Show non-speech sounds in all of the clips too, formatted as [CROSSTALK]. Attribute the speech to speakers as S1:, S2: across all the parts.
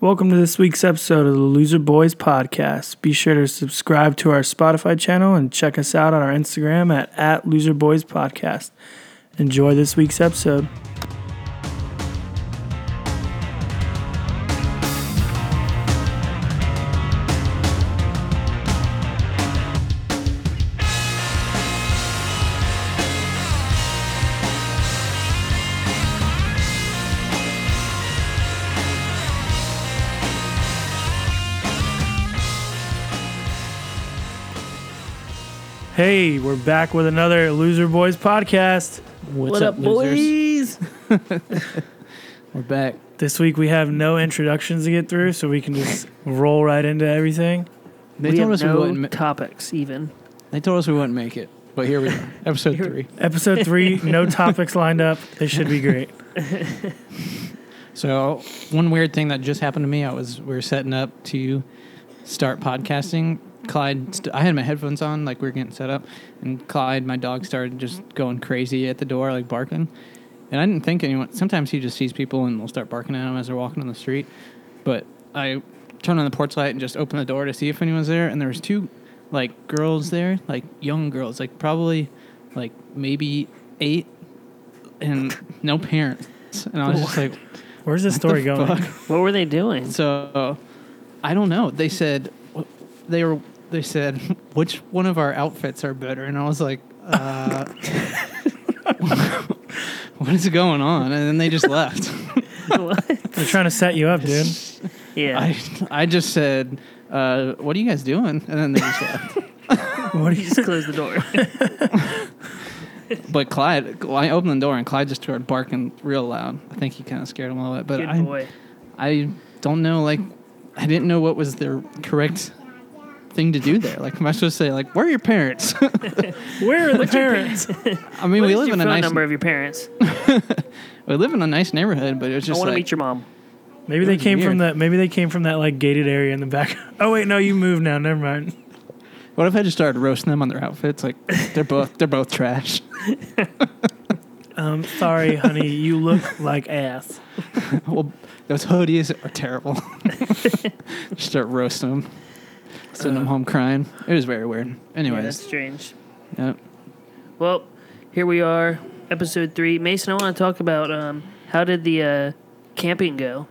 S1: Welcome to this week's episode of the Loser Boys podcast. Be sure to subscribe to our Spotify channel and check us out on our Instagram at, at Loser Boys Podcast. Enjoy this week's episode. Hey, we're back with another Loser Boys podcast.
S2: What's
S3: What
S2: up,
S3: up,
S2: losers?
S1: Boys?
S2: We're back.
S1: This week we have no introductions to get through, so we can just [LAUGHS] roll right into everything.
S2: They
S3: we
S2: told
S3: have
S2: us we
S3: no
S2: wouldn't. Ma-
S3: topics even.
S2: they told us we wouldn't make it, but here
S3: [LAUGHS]
S2: we are. Episode three.
S1: Episode three, [LAUGHS] no topics lined up. They should be great.
S2: So one weird thing that just happened to me, I was we were setting up to start podcasting. Clyde, st- I had my headphones on, like we were getting set up, and Clyde, my dog, started just going crazy at the door, like barking. And I didn't think anyone. Sometimes he just sees people and will start barking at them as they're walking on the street. But I turned on the porch light and just opened the door to see if anyone's there, and there was two, like girls there, like young girls, like probably, like maybe eight, and no parents. And I was just like,
S1: Where's this story
S2: the
S1: going?
S2: fuck?
S3: What were they [LAUGHS] doing?
S2: So I don't know. They said they were. They said [LAUGHS] which one of our outfits are better, and I was like, uh, [LAUGHS] "What is going on?" And then they just left.
S1: They're trying to set you up, dude.
S3: [LAUGHS] yeah.
S2: I I just said, uh, "What are you guys doing?" And then they just left.
S1: What are
S3: [LAUGHS] you
S1: you?
S3: just close the door.
S2: [LAUGHS] But Clyde, I opened the door, and Clyde just started barking real loud. I think he kind of scared him a little bit. But
S3: Good
S2: I
S3: boy.
S2: I don't know, like, I didn't know what was the correct thing to do there. Like, am I supposed to say, like, where are your parents? [LAUGHS]
S1: Where are the [LAUGHS] parents?
S2: I mean,
S3: What
S2: we
S3: is
S2: live
S3: your
S2: in a
S3: phone
S2: nice
S3: number of your parents?
S2: we live in a nice neighborhood, but it was
S3: I
S2: [LAUGHS] just
S3: want to
S2: like
S3: meet
S2: [LAUGHS]
S3: your mom.
S1: Maybe they
S2: was
S1: came from
S2: weird.
S1: that. Maybe they came from that like gated area in the back. [LAUGHS] Oh wait, no, you moved now. Never mind.
S2: what if I just started roasting them on their outfits? Like they're both they're both trash. [LAUGHS]
S1: Um, sorry, honey, you look like ass.
S2: well, those hoodies are terrible. [LAUGHS] just start roasting them, send
S3: Uh,
S2: them home crying. It was very weird.
S3: Yeah, that's
S2: Anyways,
S3: strange.
S2: yep.
S3: Well, here we are, episode three. Mason, I want to talk about um, how did the uh, camping go?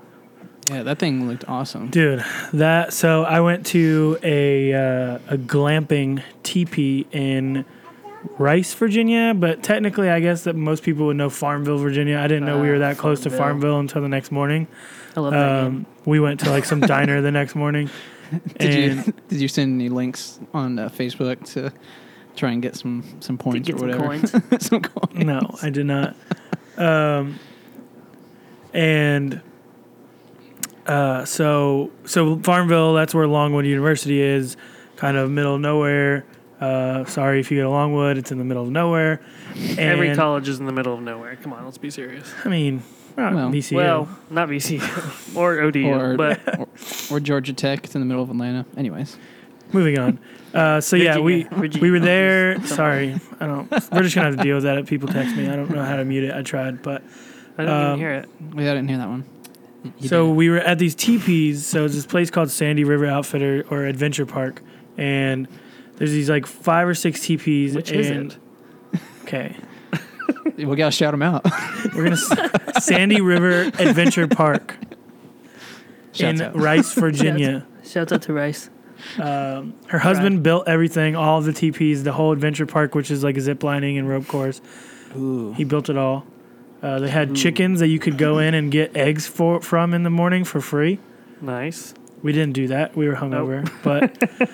S2: yeah, that thing looked awesome.
S1: Dude, that so I went to a uh, a glamping teepee in Rice, Virginia, but technically I guess that most people would know Farmville, Virginia. I didn't know we
S3: Ah,
S1: were that close to
S3: Farmville.
S1: Farmville until the next morning.
S3: I love that game.
S1: Um, we went to like some diner the next morning.
S2: Did
S1: and-
S3: eh.
S2: you did you send any links on uh, Facebook to try and get some some
S3: To
S2: points
S3: get
S2: or
S3: some
S2: whatever?
S3: coins.
S2: [LAUGHS] some coins.
S3: [LAUGHS]
S1: No, I did not. Um, and uh, so so Farmville, that's where Longwood University is, kind of middle of nowhere. Uh, sorry if you go to Longwood, it's in the middle of nowhere. And,
S3: Every college is in the middle of nowhere. Come on, let's be serious.
S1: I mean, ah, not
S2: Well.
S1: VCU.
S3: Well, not VCU [LAUGHS] or ODU,
S2: Or-
S3: but
S2: or, or Georgia Tech. It's in the middle of Atlanta. Anyways.
S1: moving on. Uh, so yeah, we
S3: Virginia, Virginia.
S1: we were there. Sorry, I don't. We're just gonna have to deal with that. If people text me, I don't know how to mute it. I tried, but
S3: I didn't
S1: Um,
S3: even hear it.
S2: Yeah, I didn't hear that one. You
S1: so we were at these teepees. So it's this place called Sandy River Outfitter or Adventure Park, and there's these like five or six teepees.
S3: Which
S1: and,
S3: is it?
S1: [LAUGHS] Okay,
S2: did. we gotta shout them out. [LAUGHS]
S1: we're gonna s- Sandy River Adventure
S3: [LAUGHS]
S1: Park
S2: Shouts
S1: in
S2: out.
S1: Rice, Virginia.
S3: Shouts out to Rice.
S1: Um, her husband built everything, all of the teepees, the whole adventure park, which is like zip lining and rope course.
S2: Ooh.
S1: He built it all. Uh, they had chickens that you could go in and get eggs for from in the morning for free.
S3: Nice.
S1: We didn't do that. We were hungover. But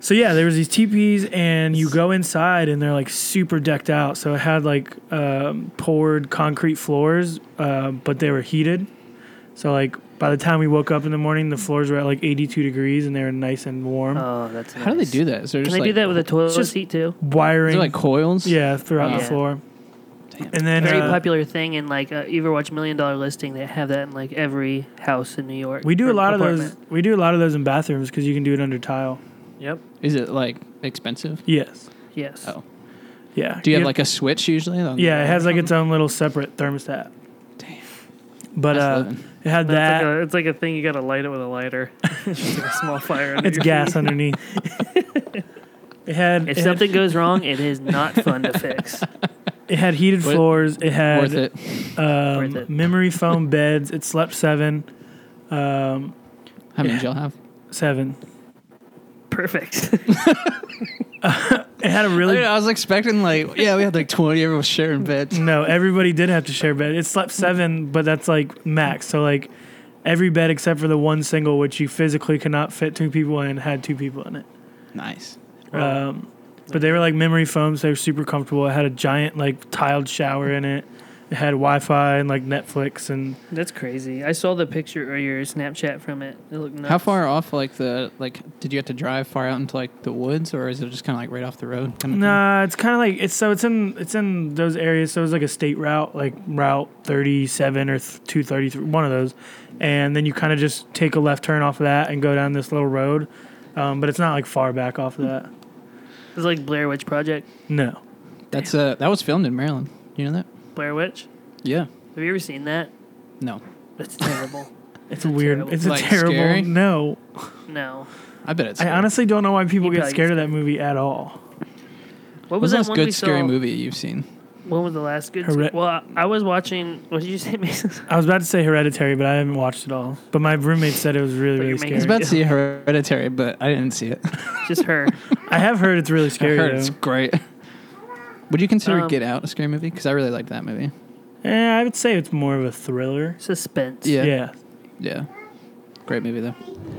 S3: [LAUGHS]
S1: so yeah, there was these teepees, and you go inside, and they're like super decked out. So it had like um, poured concrete floors, uh, but they were heated. So like by the time we woke up in the morning, the floors were at like 82 degrees, and they were nice and warm.
S3: Oh, that's nice.
S2: Um, How do they do that? Is there
S3: Can
S2: just
S3: they
S2: like,
S3: do that with a toilet
S1: just-
S3: seat too?
S2: Is
S1: Wiring,
S2: there like coils?
S1: yeah, throughout the
S3: Yeah.
S1: floor.
S2: Damn.
S1: And then
S3: Very
S1: uh,
S3: popular thing in like uh, you ever watch Million Dollar Listing? They have that in like every house in New York.
S1: we do
S3: or
S1: a lot of
S3: apartment.
S1: those. We do a lot of those in bathrooms because you can do it under tile.
S3: Yep.
S2: Is it like expensive?
S1: Yes.
S3: Yes.
S2: Oh.
S1: Yeah.
S2: Do you have like um, a switch usually? on the-
S1: Yeah, it has like its own little separate thermostat.
S2: Damn.
S1: But
S2: That's
S1: uh,
S2: living.
S1: it had
S3: That's
S1: that.
S3: like a, it's like a thing you gotta light it with
S1: [LAUGHS]
S3: a lighter. [LAUGHS] it's just like a small fire. under
S1: it's
S3: your
S1: gas
S3: [LAUGHS] feet.
S1: underneath. it had it
S3: If
S1: had-
S3: something
S1: [LAUGHS]
S3: goes wrong, it is not fun to fix.
S1: it had heated
S2: Worth-
S1: floors. It had
S2: worth it.
S1: Um,
S3: Worth it.
S1: memory
S3: [LAUGHS]
S1: foam beds. It slept seven. Um,
S2: How many did y'all have?
S1: seven.
S3: Perfect.
S1: It had a really
S2: I was expecting like, yeah, we had like twenty. Everyone was sharing beds.
S1: no. Everybody did have to share bed. It slept seven, but that's like max. So like every bed except for the one single, which you physically could not fit two people in, had two people in it.
S2: Nice.
S3: Wow.
S1: Um, but they were like memory foams. They were super comfortable. It had a giant like tiled shower in it. It had Wi-Fi and like Netflix and
S3: That's crazy. I saw the picture or your Snapchat from it. It looked nuts.
S2: How far off like the like did you have to drive far out into like the woods or is it just kind of like right off the road? Kind of
S1: Nah, it's kind of like it's so it's in it's in those areas. So it's like a state route, like Route 37 or th- 233, one of those. And then you kind of just take a left turn off of that and go down this little road. Um, but it's not like far back off of that.
S3: It's like Blair Witch Project.
S1: No,
S2: That's uh that was filmed in Maryland. You know that?
S3: Blair Witch.
S2: Yeah.
S3: Have you ever seen that?
S2: No, [LAUGHS]
S3: That's terrible.
S1: it's a weird.
S3: terrible.
S1: It's a
S2: Like,
S1: terrible.
S2: scary?
S1: No,
S3: no.
S2: I bet it's.
S1: I honestly don't know why people
S3: You
S1: get
S3: probably
S1: scared of that movie at all.
S2: What's
S3: What was
S2: the
S3: that
S2: last
S3: one we
S2: good
S3: saw?
S2: scary movie you've seen?
S3: When was the last good?
S1: Hered-
S3: sc- well, I, I was watching. What did you say, [LAUGHS] Mason?
S1: I was about to say Hereditary, but I haven't watched it all. But my roommate said it was really
S3: But
S1: really
S3: you're
S1: scary.
S3: making-
S2: I was about to
S3: Yeah.
S2: see Hereditary, but I didn't see it. [LAUGHS]
S3: Just her.
S1: I have heard it's really
S2: I
S1: scary.
S2: heard it's
S1: though.
S2: great. [LAUGHS] Would you consider
S3: Um,
S2: Get Out a scary movie? Because I really liked that movie.
S1: Eh, I would say it's more of a thriller.
S3: Suspense.
S2: Yeah.
S1: yeah.
S2: Yeah, great movie though.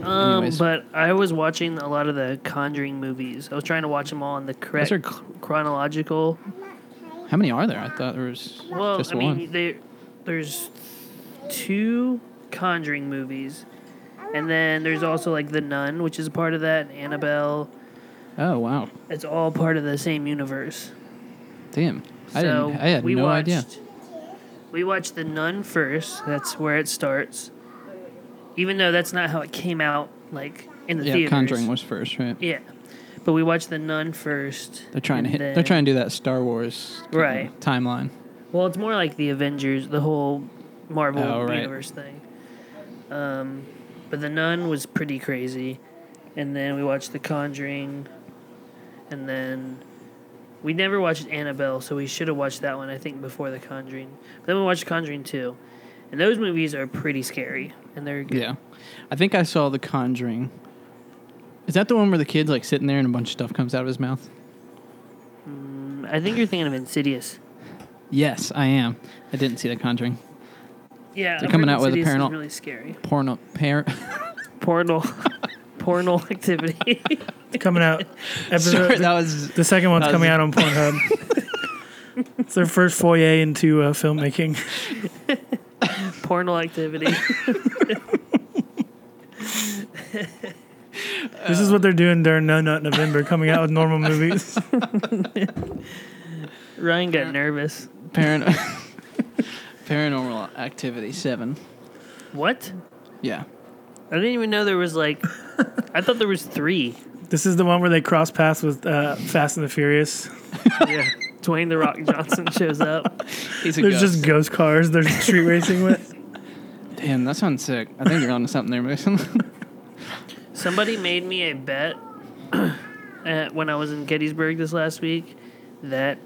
S3: Um,
S2: Anyways.
S3: but I was watching a lot of the Conjuring movies. I was trying to watch them all in the correct
S2: Those are-
S3: ch- chronological.
S2: How many are there? I thought there was
S3: Well,
S2: just
S3: I
S2: one.
S3: mean, they, there's two Conjuring movies, and then there's also like The Nun, which is a part of that. and Annabelle.
S2: oh wow,
S3: It's all part of the same universe.
S2: damn! I
S3: so
S2: didn't. I had
S3: we
S2: no
S3: watched,
S2: idea.
S3: We watched The Nun first. That's where it starts. Even though that's not how it came out, like in the
S2: Yeah,
S3: theaters.
S2: Conjuring was first, right?
S3: Yeah, but we watched The Nun first.
S2: They're trying to hit.
S3: and
S2: They're
S3: then-
S2: trying to do that Star Wars kinda
S3: Right.
S2: timeline.
S3: Well, it's more like the Avengers, the whole Marvel
S2: Oh, right.
S3: universe thing. Um, but the Nun was pretty crazy, and then we watched The Conjuring, and then we never watched Annabelle, so we should have watched that one I think before The Conjuring. But then we watched Conjuring two, and those movies are pretty scary, and they're good.
S2: Yeah, I think I saw The Conjuring. Is that the one where the kid's like sitting there and a bunch of stuff comes out of his mouth?
S3: Mm, I think you're thinking of Insidious.
S2: Yes, I am. I didn't see The Conjuring.
S3: Yeah,
S2: They're
S3: I've
S2: coming
S3: heard
S2: out with a
S3: Insidious is
S2: paranormal-
S3: Really scary.
S2: Porno
S3: [LAUGHS]
S2: par [LAUGHS]
S3: Portal, portal [LAUGHS] activity.
S1: It's coming
S2: [LAUGHS]
S1: out. Episode,
S2: Sorry, that was.
S1: The second one's
S2: That was-
S1: coming out on
S2: [LAUGHS]
S1: Pornhub. it's their first foyer into uh,
S2: [LAUGHS]
S1: filmmaking.
S3: portal [LAUGHS] activity.
S1: This is what they're doing during No Nut November, coming out with normal
S2: [LAUGHS]
S1: movies.
S3: Ryan got nervous.
S2: Paran- [LAUGHS] Paranormal Activity 7.
S3: What?
S2: Yeah.
S3: I didn't even know there was like. I thought there
S2: [LAUGHS]
S3: was three.
S1: This is the one where they cross paths with uh, Fast and the Furious.
S3: Yeah. Dwayne the Rock Johnson shows up.
S2: He's a
S1: There's
S2: ghost.
S1: just ghost cars. They're street racing with.
S2: Damn, that sounds sick. I think you're onto something there, Mason. [LAUGHS]
S3: Somebody made me a bet [CLEARS THROAT] at, when I was in Gettysburg this last week that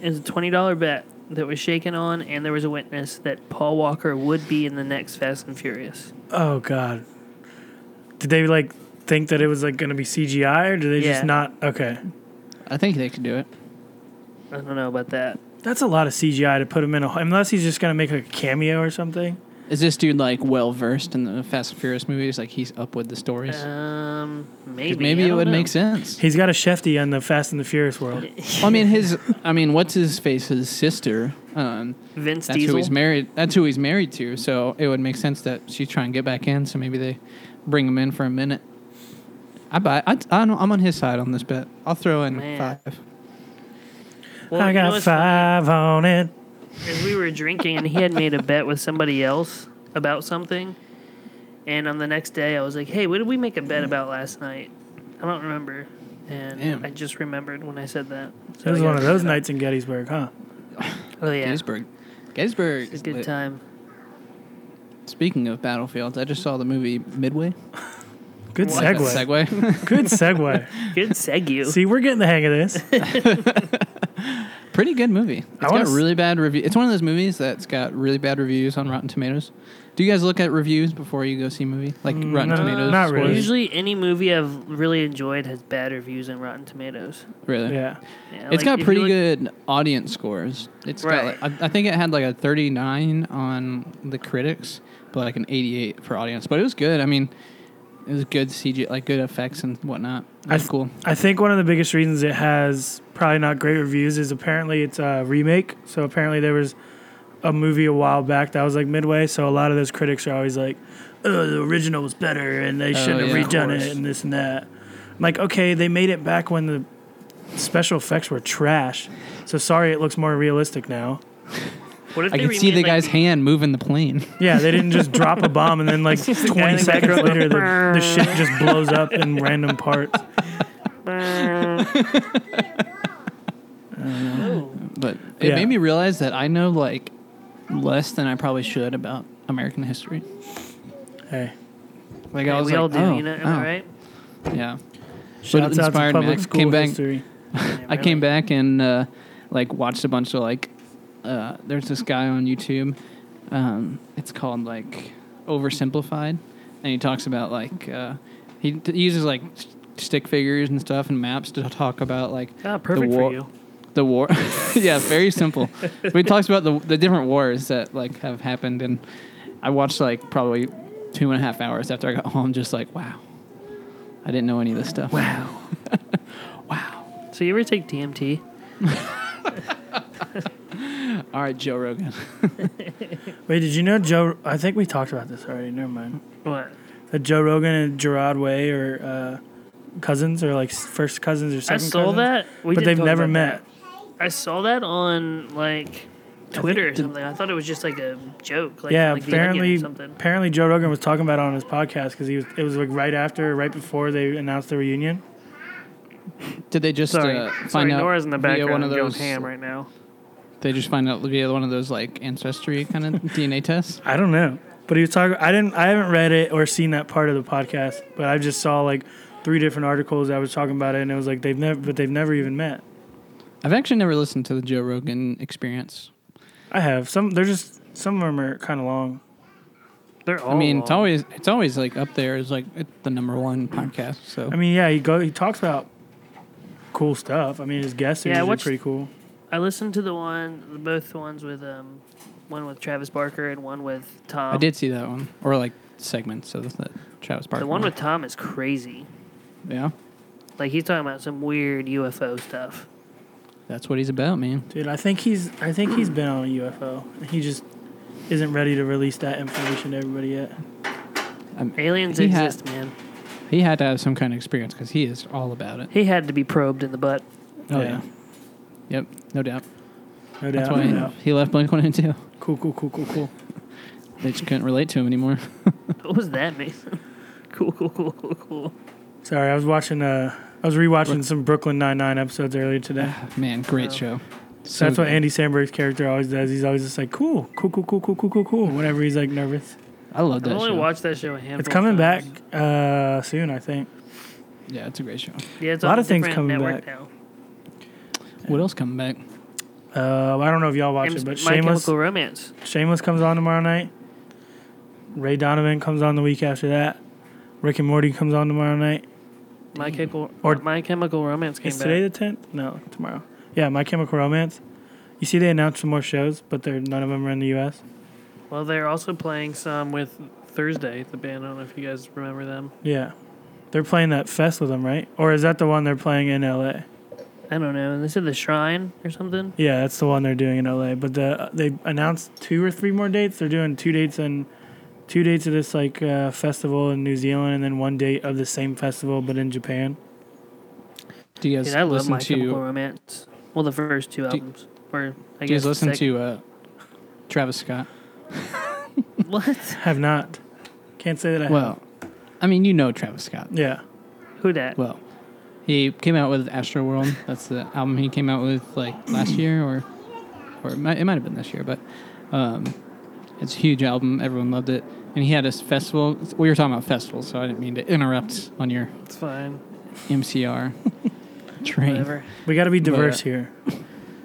S3: it was a twenty dollar bet that was shaken on, and there was a witness that Paul Walker would be in the next Fast and Furious.
S1: Oh God. Did they like think that it was like going to be CGI, or did they
S3: Yeah.
S1: just not? Okay.
S2: I think they could do it.
S3: I don't know about that.
S1: That's a lot of CGI to put him in a. Unless he's just going to make a cameo or something.
S2: Is this dude like well versed in the Fast and Furious movies? Like he's up with the stories? 'Cause
S3: Um, maybe
S2: Maybe,
S3: I
S2: it
S3: don't
S2: would
S3: know.
S2: make sense.
S1: He's got a Shefty on the Fast and the Furious world.
S2: Well, I mean, his. I mean, what's his face's sister? Um,
S3: Vince
S2: that's
S3: Diesel.
S2: who he's married. That's who he's married to. So it would make sense that she's trying to get back in. So maybe they bring him in for a minute. I buy. I, I'm I'm on his side on this bet. I'll throw in
S3: Man.
S2: five.
S3: Well,
S1: I
S3: you know
S1: got
S3: what's funny?
S1: five on it.
S3: As we were drinking, and he had made a bet with somebody else about something. And on the next day, I was like, hey, what did we make a bet about last night? I don't remember. And
S2: Damn.
S3: I just remembered when I said that.
S1: It was
S3: I
S1: one of
S3: gotta
S1: those
S3: bring it
S1: nights in Gettysburg, huh?
S3: up. Oh, yeah.
S2: Gettysburg. Gettysburg.
S3: It's a
S2: is
S3: good
S2: lit.
S3: time.
S2: Speaking of battlefields, I just saw the movie Midway.
S1: Good
S3: What?
S1: segue.
S2: Segway. [LAUGHS]
S1: Good
S3: [LAUGHS]
S1: segue.
S3: Good
S1: [LAUGHS]
S3: segue.
S1: See, we're getting the hang of
S3: [LAUGHS]
S1: this.
S2: Pretty good movie. It's
S1: I
S2: got
S1: wanna s-
S2: really bad review. It's one of those movies that's got really bad reviews on Rotten Tomatoes. Do you guys look at reviews before you go see a movie? Like Rotten
S1: Mm, no,
S2: Tomatoes?
S1: not
S2: scores?
S1: really.
S3: Usually, any movie I've really enjoyed has bad reviews on Rotten Tomatoes.
S2: Really?
S1: Yeah.
S3: Yeah,
S2: It's
S3: like, if
S2: got
S3: you
S2: pretty
S3: look-
S2: good audience scores. It's
S3: Right.
S2: got, like, I, I think it had like a 39 on the critics, but like an 88 for audience. But it was good. I mean, it was good CG, like good effects and whatnot. It
S1: I
S2: was
S1: th-
S2: cool.
S1: I think one of the biggest reasons it has probably not great reviews is apparently it's a remake. So apparently there was a movie a while back that was like midway. So a lot of those critics are always like, "Oh, the original was better, and they shouldn't
S2: Oh, yeah.
S1: have redone
S3: Of
S1: it,
S3: course.
S1: and this and that." I'm like, okay, they made it back when the special effects were trash. So sorry, it looks more realistic now.
S3: What if
S2: I
S3: they
S2: could see the
S3: remade, like,
S2: guy's hand moving the plane. [LAUGHS]
S1: Yeah, they didn't just drop a bomb and then like 20
S3: in the
S1: seconds
S3: background.
S1: later, the, the shit just blows up in random parts.
S3: [LAUGHS] Oh.
S2: But it
S1: Yeah.
S2: made me realize that I know like less than I probably should about American history.
S1: Hey,
S2: Like
S3: Yeah,
S2: I
S3: we
S2: was like,
S3: all do,
S2: oh,
S3: you know, am
S2: oh.
S3: I right?
S2: Yeah. But it
S1: shout out to
S2: inspired me.
S1: public
S2: I
S1: school
S2: came back-
S1: history.
S2: I came back and uh, like watched a bunch of like uh, there's this guy on YouTube. Um, it's called like oversimplified, and he talks about like uh, he d- uses like s- stick figures and stuff and maps to talk about like
S3: Ah, perfect
S2: war-
S3: for you.
S2: the war. [LAUGHS] yeah, very
S3: [LAUGHS]
S2: simple. but he talks about the the different wars that like have happened, and I watched like probably two and a half hours after I got home, just like wow, I didn't know any of this stuff.
S3: Wow. wow. So you ever take DMT?
S2: All right, Joe Rogan.
S1: Wait, did you know Joe? I think we talked about this already. Never mind.
S3: What?
S1: That Joe Rogan and Gerard Way are uh, cousins or like s- first cousins or
S3: I
S1: second
S3: saw
S1: cousins.
S3: that. We
S1: but
S3: did
S1: they've
S3: talk
S1: never
S3: about
S1: met.
S3: that. I saw that on like Twitter or
S1: think the-
S3: something. I thought it was just like a joke. Like,
S1: yeah,
S3: like The Onion
S1: apparently,
S3: or something.
S1: apparently Joe Rogan was talking about it on his podcast because he was. It was like right after, right before they announced the reunion.
S2: Did they just
S3: Sorry,
S2: uh, find
S3: sorry,
S2: out
S3: Nora's in the
S2: via
S3: background
S2: one of
S3: going
S2: those? uh,
S3: ham right now.
S2: They just find out via one of those like ancestry kind of
S3: [LAUGHS]
S2: DNA tests.
S1: I don't know, but he was talking. I didn't. I haven't read it or seen that part of the podcast, but I just saw like three different articles that was talking about it, and it was like they've never, but they've never even met.
S2: I've actually never listened to the Joe Rogan Experience.
S1: I have some. They're just some of them are kind of long.
S3: They're all.
S2: I mean,
S3: long.
S2: it's always it's always like up there as like it's the number one podcast. So
S1: I mean, yeah, he go he talks about cool stuff. I mean, his guests are
S3: Yeah, I
S1: usually
S3: watched-
S1: pretty cool.
S3: I listened to the one, both the ones with um, one with Travis Barker and one with Tom.
S2: I did see that one or like segments of the Travis Barker.
S3: um, The one with Tom is crazy.
S2: yeah,
S3: Like he's talking about some weird UFO stuff.
S2: that's what he's about, man.
S1: Dude, I think he's I think he's been on a UFO. He just isn't ready to release that information to everybody yet.
S3: Aliens
S2: He had-
S3: exist, man.
S2: He had to have some kind of experience because he is all about it.
S3: He had to be probed in the butt.
S2: Oh
S1: Yeah.
S2: yeah. Yep, no doubt.
S1: No
S2: That's
S1: doubt.
S2: why
S1: No doubt.
S2: he left Blink One and Two.
S1: Cool, cool, cool, cool, cool.
S2: They just couldn't relate to him anymore. [LAUGHS]
S3: What was that, Mason? [LAUGHS] cool, cool, cool, cool, cool.
S1: Sorry, I was watching uh I was rewatching some Brooklyn Nine Nine episodes earlier
S2: [LAUGHS]
S1: today.
S2: Man, great show.
S1: So that's what
S2: good.
S1: Andy Samberg's character always does. He's always just like cool, cool, cool, cool, cool, cool, cool, cool. Whenever he's like nervous,
S2: I love that
S3: I've only
S2: show.
S3: watched that show a handful.
S1: it's coming
S3: of
S1: back
S3: times.
S1: uh, soon, I think.
S2: yeah, it's a great show.
S3: Yeah, it's
S1: A
S3: on
S1: lot
S3: a
S1: of things
S3: different
S1: coming back.
S3: network now.
S2: What else coming back?
S1: Uh, I don't know if y'all watch
S3: James-
S1: it, but
S3: My
S1: Shameless
S3: Chemical Romance.
S1: Shameless comes on tomorrow night. Ray Donovan comes on the week after that. Rick and Morty comes on tomorrow night.
S3: My Chemical
S1: Mm. Or-
S3: or My Chemical Romance came
S1: Is
S3: back.
S1: today the tenth? No, tomorrow. Yeah, My Chemical Romance. You see, they announced some more shows, but they're none of them are in the U.S.
S3: well, they're also playing some with Thursday, the band. I don't know if you guys remember them.
S1: Yeah, they're playing that fest with them, right? Or is that the one they're playing in L.A.?
S3: I don't know. They said the Shrine or something.
S1: Yeah, that's the one they're doing in L.A. But the they announced two or three more dates. They're doing two dates and two dates of this like uh, festival in New Zealand, and then one date of the same festival but in Japan.
S2: Do you guys
S3: Dude, I love
S2: listen
S3: My
S2: to?
S3: Chemical Romance. Well, the first two
S2: Do-
S3: albums. Or I
S2: do you
S3: guess
S2: guys
S3: the
S2: listen
S3: sec- [LAUGHS]
S2: to uh, Travis Scott?
S3: what?
S1: Have not. Can't say that I have.
S2: Well, I mean, you know Travis Scott.
S1: Yeah.
S3: Who that?
S2: Well, he came out with Astroworld. That's the album he came out with like last year, or or it might, it might have been this year, but um, It's a huge album. Everyone loved it. And he had a festival. We were talking about festivals, so I didn't mean to interrupt on your
S3: It's fine.
S2: MCR train.
S3: Whatever.
S1: We got to be diverse
S2: But-
S1: here.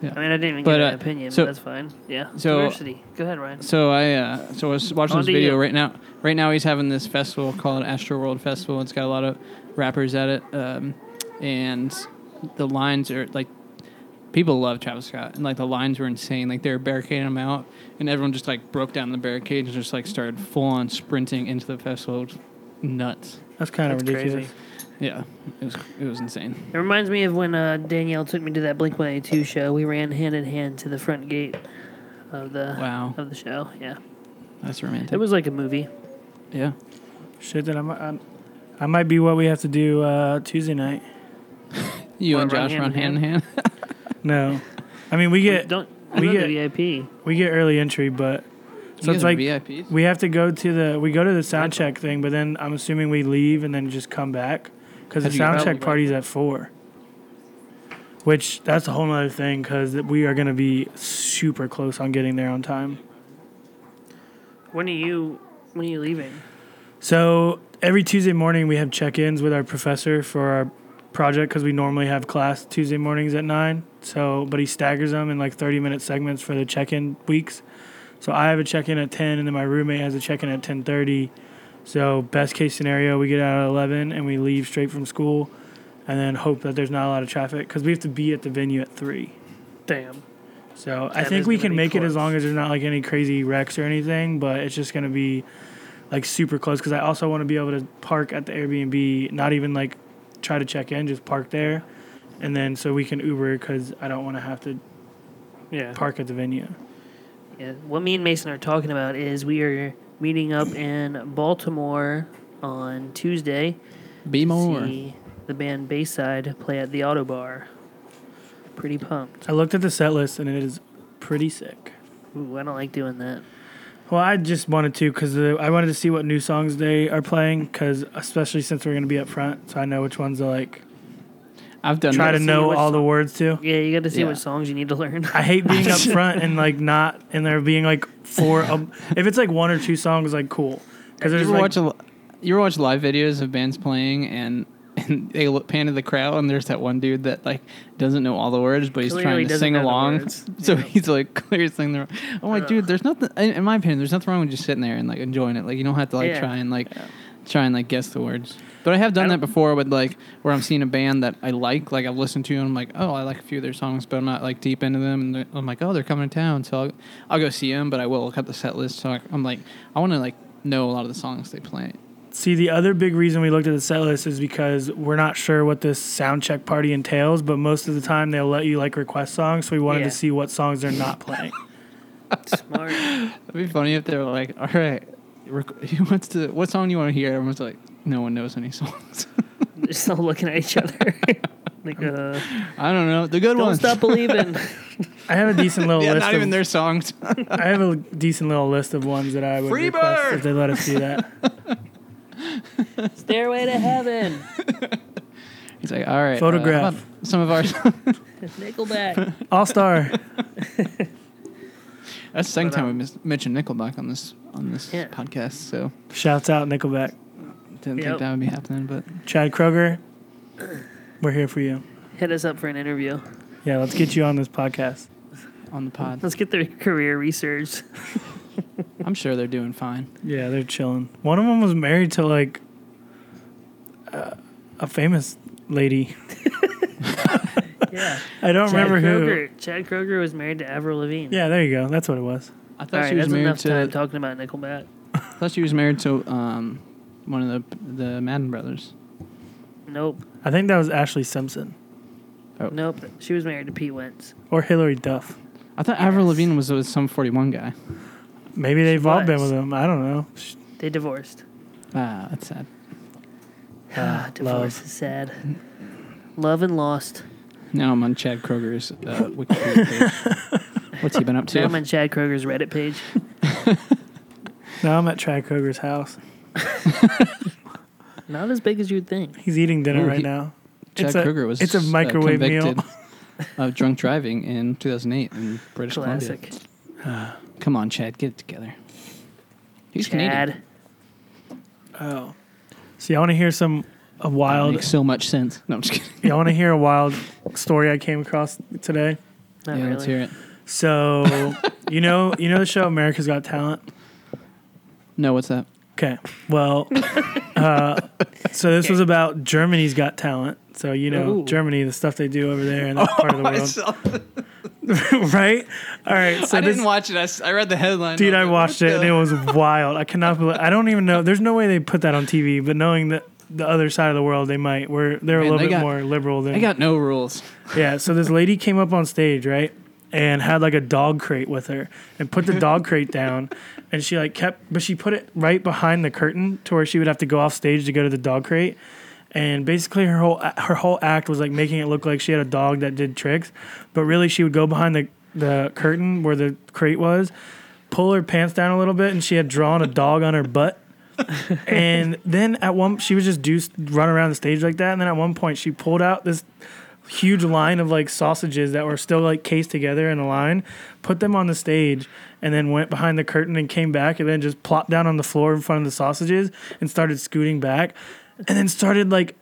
S3: I mean, I didn't even
S2: But,
S3: get an
S2: uh,
S3: opinion,
S2: so-
S3: but that's fine. Yeah.
S2: so-
S3: Diversity. Go ahead, Ryan.
S2: So I uh, so I was watching
S3: On
S2: this
S3: to
S2: video
S3: you.
S2: right now. Right now he's having this festival called Astro World Festival. It's got a lot of rappers at it, um, and the lines are like people love Travis Scott, and like the lines were insane. Like they were barricading him out, and everyone just like broke down the barricades and just like started full on sprinting into the festival. It was Nuts.
S1: That's kind of
S3: That's
S1: ridiculous.
S3: crazy.
S2: Yeah, it was it was insane.
S3: It reminds me of when uh, Danielle took me to that Blink 182 show. We ran hand in hand to the front gate of the
S2: Wow,
S3: of the show. Yeah.
S2: that's romantic.
S3: It was like a movie.
S2: yeah.
S1: Shit, that I'm, I'm, I might be what we have to do uh, Tuesday night.
S2: You
S3: Wanna
S2: and
S3: run
S2: Josh
S3: hand
S2: run
S3: in
S2: hand in hand.
S1: No, I mean we get
S3: Don't.
S1: Eh, we
S3: We
S1: get-
S3: get VIP.
S1: we get early entry, but
S2: You
S1: so it's
S2: guys are
S1: like
S2: VIPs.
S1: we have to go to the we go to the sound check thing, but then I'm assuming we leave and then just come back because the
S2: How'd you get
S1: sound
S2: out?
S1: check party's at four. Which that's a whole other thing because we are going to be super close on getting there on time.
S3: When are you? When are you leaving?
S1: So every Tuesday morning we have check-ins with our professor for our project because we normally have class Tuesday mornings at nine. So, but he staggers them in like thirty-minute segments for the check-in weeks. So I have a check-in at ten, and then my roommate has a check-in at ten thirty. So best case scenario, we get out at eleven and we leave straight from school, and then hope that there's not a lot of traffic because we have to be at the venue at three.
S3: Damn.
S1: So I
S3: That
S1: think
S3: is
S1: we
S3: gonna
S1: can
S3: be
S1: make it as
S3: close.
S1: long as there's not like any crazy wrecks or anything, but it's just gonna be like super close because I also want to be able to park at the Airbnb, not even like try to check in, just park there, and then so we can Uber because I don't want to have to
S3: Yeah.
S1: park at the venue.
S3: Yeah. What me and Mason are talking about is we are meeting up in Baltimore on Tuesday.
S2: Be
S3: to
S2: more.
S3: See the band Bayside play at the Auto Bar. Pretty pumped.
S1: I looked at the set list and it is pretty sick.
S3: Ooh, I don't like doing that.
S1: Well, I just wanted to because I wanted to see what new songs they are playing because especially since we're gonna be up front, so I know which ones to like
S2: I've done
S1: try
S2: that.
S1: to
S3: see
S1: know
S3: which
S1: all the
S3: song-
S1: words to.
S3: Yeah, you got to see
S2: Yeah.
S3: what songs you need to learn.
S1: I hate being up front and like not, and there being like four. Um, if it's like one or two songs, like cool, because
S2: You
S1: there's
S2: ever,
S1: like
S2: watch a, li- you ever watch live videos of bands playing and, and [LAUGHS] they look pan to the crowd and there's that one dude that like doesn't know all the words but he's
S3: Clearly
S2: trying to
S3: doesn't
S2: sing
S3: know the
S2: along.
S3: words.
S2: So
S3: Yeah.
S2: he's like [LAUGHS] clear sing the. I'm like, dude, there's nothing. In in my opinion, there's nothing wrong with just sitting there and like enjoying it. Like you don't have to like
S3: Yeah.
S2: try and like try and like guess the words. But I have done that before with like where I'm seeing a band that I like, like I've listened to and I'm like, oh, I like a few of their songs, but I'm not like deep into them. And they're- I'm like, oh, they're coming to town, so I'll, I'll go see them. But I will look up the set list. So I- I'm like, I want to like know a lot of the songs they play.
S1: see the other big reason we looked at the set list is because we're not sure what this sound check party entails, but most of the time they'll let you like request songs, so we wanted
S3: Yeah.
S1: to see what songs they're not
S2: [LAUGHS]
S1: playing.
S3: [LAUGHS] Smart.
S2: It'd be funny if they were like, all right, rec- [LAUGHS] he wants to, what song do you want to hear? Everyone's like, no one knows any songs. [LAUGHS]
S3: They're still looking at each [LAUGHS] other. like, uh,
S2: I don't know. The good
S3: don't
S2: ones.
S3: stop believing.
S1: I have a decent little
S2: yeah,
S1: list.
S2: not
S1: of,
S2: even their songs.
S1: I have a decent little list of ones that I would request
S2: Freebird!
S1: if they let us do that.
S3: [LAUGHS] Stairway to heaven.
S2: He's like, all right. uh,
S1: Photograph.
S2: how about some of
S3: [LAUGHS]
S2: our,
S3: Nickelback.
S1: All Star.
S2: that's the second
S3: But,
S2: time
S3: um,
S2: we mis- mentioned Nickelback on this on this
S3: Yeah.
S2: podcast. So
S1: Shouts out Nickelback.
S2: didn't
S3: Yep.
S2: think that would be happening, but
S1: Chad Kroger, we're here for you.
S3: [LAUGHS] Hit us up for an interview.
S1: Yeah, let's get you on this podcast.
S2: on the pod,
S3: Let's get their career research.
S2: I'm sure they're doing fine.
S1: Yeah, they're chilling. One of them was married to like uh, a famous lady.
S3: [LAUGHS] Yeah.
S1: I don't
S3: Chad
S1: remember who.
S3: Kroger. Chad Kroger was married to Avril Lavigne.
S1: Yeah, there you go. That's what it was.
S2: I thought
S3: All right,
S2: she was
S3: that's
S2: married
S3: enough
S2: to.
S3: time talking about Nickelback.
S2: I thought she was married to um, one of the the Madden brothers.
S3: Nope.
S1: I think that was Ashley Simpson
S2: Oh.
S3: Nope. She was married to Pete Wentz.
S1: or Hillary Duff.
S2: I thought Avril
S3: Yes.
S2: Lavigne was with some 41 guy.
S1: Maybe they've all been
S3: was.
S1: with him. I don't know. Sh-
S2: [SIGHS]
S3: They divorced.
S2: Ah, that's sad.
S1: Ah,
S3: Divorce
S1: love.
S3: is sad. Love and lost.
S2: Now I'm on Chad Kroger's uh, Wikipedia
S3: [LAUGHS]
S2: page. What's he been up
S3: Now
S2: to?
S3: I'm on Chad Kroger's
S2: [LAUGHS]
S3: Reddit page.
S1: Now I'm at Chad Kroger's house.
S3: Not as big as you'd think.
S1: He's eating dinner
S2: Ooh,
S1: right
S2: he-
S1: now.
S2: Chad
S1: it's a-
S2: Kroger was uh,
S1: it's a microwave meal.
S2: convicted
S1: [LAUGHS]
S2: of drunk driving in 2008 in British
S3: Classic.
S2: Columbia. Come on, Chad, get it together. He's Canadian.
S3: Chad.
S1: Oh. See, I want to hear some a
S2: That
S1: wild.
S2: Makes so much sense. No, I'm just kidding.
S1: Yeah, I want to
S2: [LAUGHS]
S1: hear a wild story I came across today.
S3: Not
S2: yeah,
S3: really.
S2: let's hear it.
S1: So, you know, you know the show America's Got Talent.
S2: No, what's that?
S1: Okay.
S2: [LAUGHS]
S1: Well, uh, so this was about Germany's Got Talent. So you know
S3: Ooh.
S1: Germany, the stuff they do over there in
S2: [LAUGHS] Oh,
S1: that part of the world, [LAUGHS] right? All right. So
S2: I
S1: this,
S2: didn't watch it. I, s- I read the headline.
S1: dude, I
S2: was like,
S1: watched
S2: what
S1: it and
S2: the-
S1: it was wild. I cannot believe. I don't even know. There's no way they put that on TV. But knowing that the other side of the world, they might. Where they're a
S2: Man,
S1: little
S2: they
S1: bit
S2: got-
S1: more liberal than.
S2: I got no rules.
S1: Yeah, so this lady came up on stage, right? And had like a dog crate with her and put the dog crate down and she like kept but she put it right behind the curtain to where she would have to go off stage to go to the dog crate. And basically her whole her whole act was like making it look like she had a dog that did tricks, but really she would go behind the the curtain where the crate was, pull her pants down a little bit and she had drawn a dog on her butt and then at one she was just do run around the stage like that and then at one point she pulled out this huge line of like sausages that were still like cased together in a line put them on the stage and then went behind the curtain and came back and then just plopped down on the floor in front of the sausages and started scooting back and then started like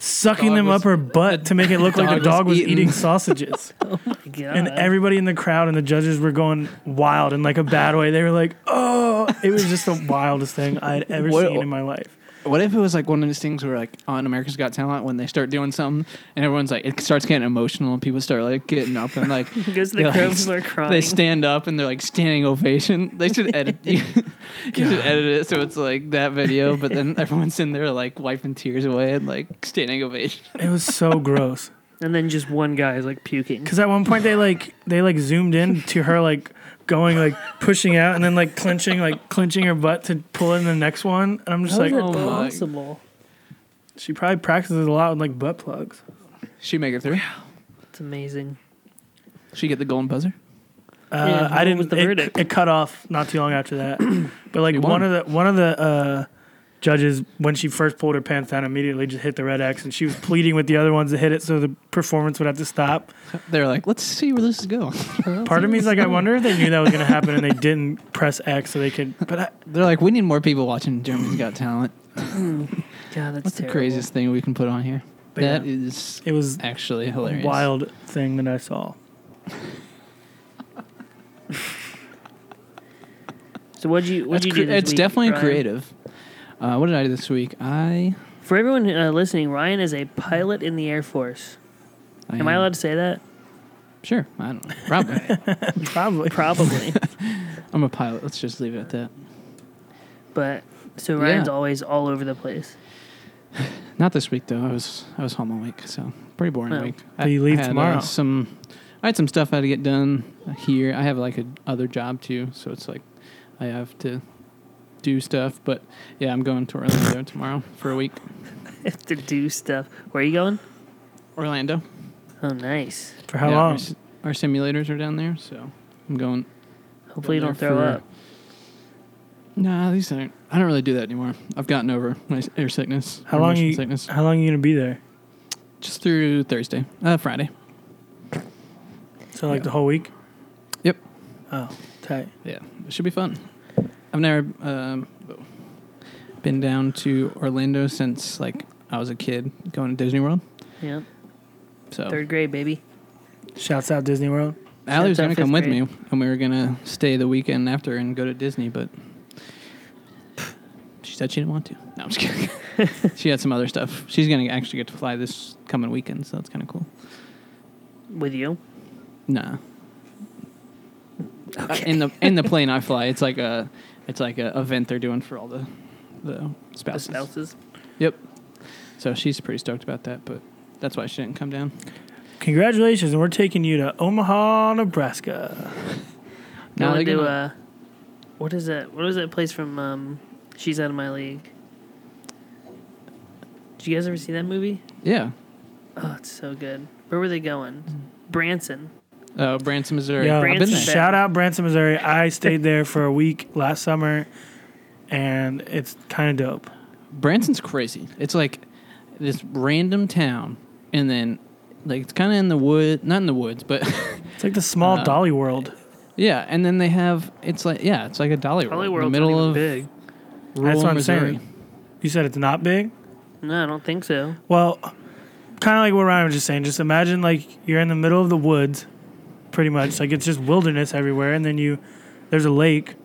S1: sucking
S2: Dog
S1: them
S2: was-
S1: up her butt to make it look like the
S2: [LAUGHS] dog was
S1: dog was
S2: eaten.
S1: eating sausages
S3: God.
S1: and everybody in the crowd and the judges were going wild in like a bad way. They were like, "Oh!" It was just the wildest thing I had ever
S2: What-
S1: seen in my life.
S2: What if it was like one of those things where like on America's Got Talent when they start doing something and everyone's like it starts getting emotional and people start like getting up and like
S3: Because the
S2: they're, like,
S3: crowds are
S2: [LAUGHS]
S3: crying.
S2: they stand up and they're like standing ovation. [LAUGHS] They should edit you, you should edit it so it's like that video, but then everyone's in there like wiping tears away and like standing ovation.
S1: It was so gross.
S3: and then just one guy is like puking.
S1: Because at one point they like they like zoomed in to her like going like pushing out and then like clenching like clenching her butt to pull in the next one. And I'm just
S3: How
S1: like,
S3: is that
S2: oh my-
S3: possible?
S1: she probably practices a lot with like butt plugs.
S2: She make it through.
S3: It's amazing.
S2: She get the golden buzzer.
S1: Uh,
S3: Yeah,
S1: I
S3: what
S1: didn't.
S3: was the
S1: it,
S3: verdict?
S1: it cut off not too long after that.
S2: [CLEARS THROAT]
S1: But like
S2: You
S1: one
S2: won.
S1: of the one of the uh, judges, when she first pulled her pants down, immediately just hit the red X, and she was pleading with the other ones to hit it so the performance would have to stop.
S2: They're like, let's see where this is going.
S1: Part of me is like, I wonder if they knew that was going to happen and they didn't press X so they could. But I,
S2: They're like, we need more people watching Germany's Got Talent.
S3: God, that's
S2: That's the
S3: terrible.
S2: craziest thing we can put on here.
S1: But yeah.
S2: That is
S1: it was
S2: actually
S1: a
S2: hilarious.
S1: wild thing that I saw.
S3: So what'd you what'd
S2: That's
S3: you
S2: cre-
S3: do? This
S2: it's
S3: week,
S2: definitely
S3: Ryan?
S2: creative. Uh, what did I do this week? I,
S3: For everyone uh, listening, Ryan is a pilot in the Air Force. Am I allowed to say that?
S2: Sure. I don't know. Probably.
S3: [LAUGHS]
S1: Probably.
S2: [LAUGHS]
S3: Probably.
S2: I'm a pilot. Let's just leave it at that.
S3: but so
S2: Yeah.
S3: Ryan's always all over the place. [LAUGHS]
S2: Not this week though. I was I was home all week, so pretty boring
S3: Oh.
S2: week.
S1: So you leave
S2: had, uh,
S1: tomorrow.
S2: some I had some stuff I had to get done here. I have like a other job too, so it's like I have to do stuff. But yeah, I'm going to Orlando tomorrow for a week.
S3: Have to do stuff. Where are you going?
S2: Orlando.
S3: Oh, nice.
S1: For how
S2: Yeah, Our,
S1: long?
S2: s- our simulators are down there, so I'm going.
S3: Hopefully you
S2: down
S3: don't
S2: there
S3: throw
S2: for-
S3: up.
S2: Nah, these aren't. I don't really do that anymore. I've gotten over my s- air sickness.
S1: How
S2: or
S1: long
S2: motion
S1: you?
S2: Sickness.
S1: How long you gonna be there?
S2: Just through Thursday, uh, Friday.
S1: So like
S2: Yeah.
S1: the whole week.
S2: Yep.
S1: Oh, tight.
S2: Yeah, it should be fun. I've never um, been down to Orlando since like I was a kid going to Disney World.
S3: Yeah,
S2: So
S3: third grade, baby.
S1: Shouts out Disney World.
S2: Allie was
S3: That's our
S2: gonna come
S3: fifth
S2: with me, and we were gonna stay the weekend after and go to Disney, but she said she didn't want to. No, I'm just
S3: [LAUGHS]
S2: kidding. she had some other stuff. She's gonna actually get to fly this coming weekend, so that's kind of cool.
S3: With you.
S2: Nah. Uh, In the
S3: [LAUGHS]
S2: in the plane I fly, it's like a it's like a event they're doing for all the the
S3: The
S2: spouses.
S3: spouses.
S2: Yep. So she's pretty stoked about that, but that's why she didn't come down.
S1: Congratulations, and we're taking you to Omaha, Nebraska.
S2: No,
S3: going
S2: they're
S3: to
S2: gonna-
S3: uh, what is that? What was that place from? Um, She's out of my league. Did you guys ever see that movie?
S2: Yeah.
S3: Oh, it's so good. Where were they going? Branson.
S2: Oh, Branson, Missouri.
S1: Yeah,
S2: I've been
S3: Branson.
S2: there.
S1: shout out Branson, Missouri. I stayed there for a week last summer, and it's kind of dope.
S2: Branson's crazy. It's like this random town, and then like it's kind of in the wood, not in the woods, but [LAUGHS]
S1: It's like the small
S2: Uh,
S1: Dolly world.
S2: Yeah, and then they have it's like yeah, it's like a Dolly World,
S3: Dolly
S2: in
S3: World's
S2: the middle
S3: not even
S2: of
S3: big.
S2: rural
S1: That's what I'm
S2: Missouri.
S1: saying. You said it's not big.
S3: No, I don't think so.
S1: Well, kind of like what Ryan was just saying. Just imagine like you're in the middle of the woods, pretty much. Like it's just wilderness everywhere, and then you there's a lake,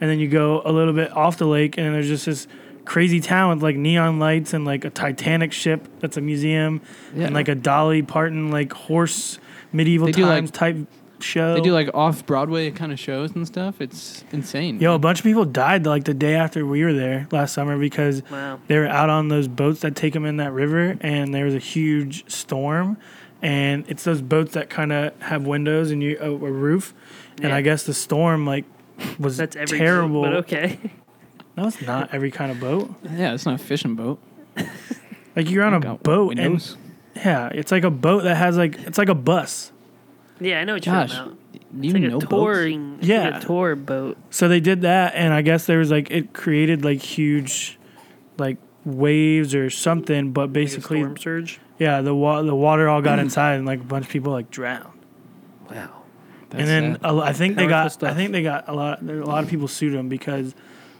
S1: and then you go a little bit off the lake, and there's just this crazy town with like neon lights and like a Titanic ship that's a museum,
S2: Yeah.
S1: and like a Dolly Parton like horse medieval
S2: They do, like-
S1: times type show.
S2: They do like off Broadway kind of shows and stuff. It's insane.
S1: Yo, a bunch of people died like the day after we were there last summer because
S3: Wow.
S1: they were out on those boats that take them in that river, and there was a huge storm. And it's those boats that kind of have windows and you a, a roof, and
S3: Yeah.
S1: I guess the storm like was
S3: That's every boat,
S1: terrible.
S3: but okay. [LAUGHS]
S1: No, it's not every kind of boat.
S2: Yeah, it's not a fishing boat.
S1: Like you're on
S2: It
S1: a
S2: got
S1: boat, and
S2: windows.
S1: yeah, it's like a boat that has like it's like a bus.
S3: yeah, I know what you're
S2: Gosh,
S3: talking about.
S2: you
S3: It's like
S2: know
S3: a
S2: boats?
S3: touring, it's like
S1: Yeah.
S3: a tour boat.
S1: So they did that, and I guess there was like it created like huge, like waves or something. But
S3: Like a
S1: basically,
S3: storm surge.
S1: Yeah, the wa- the water all
S2: [CLEARS THROAT]
S1: got inside, and like a bunch of people like drowned.
S3: Wow.
S1: and
S2: That's
S1: then
S2: sad.
S1: a lo- I think they
S3: Powerful
S1: got I
S3: stuff.
S1: think they got a lot. There, a lot of people sued them because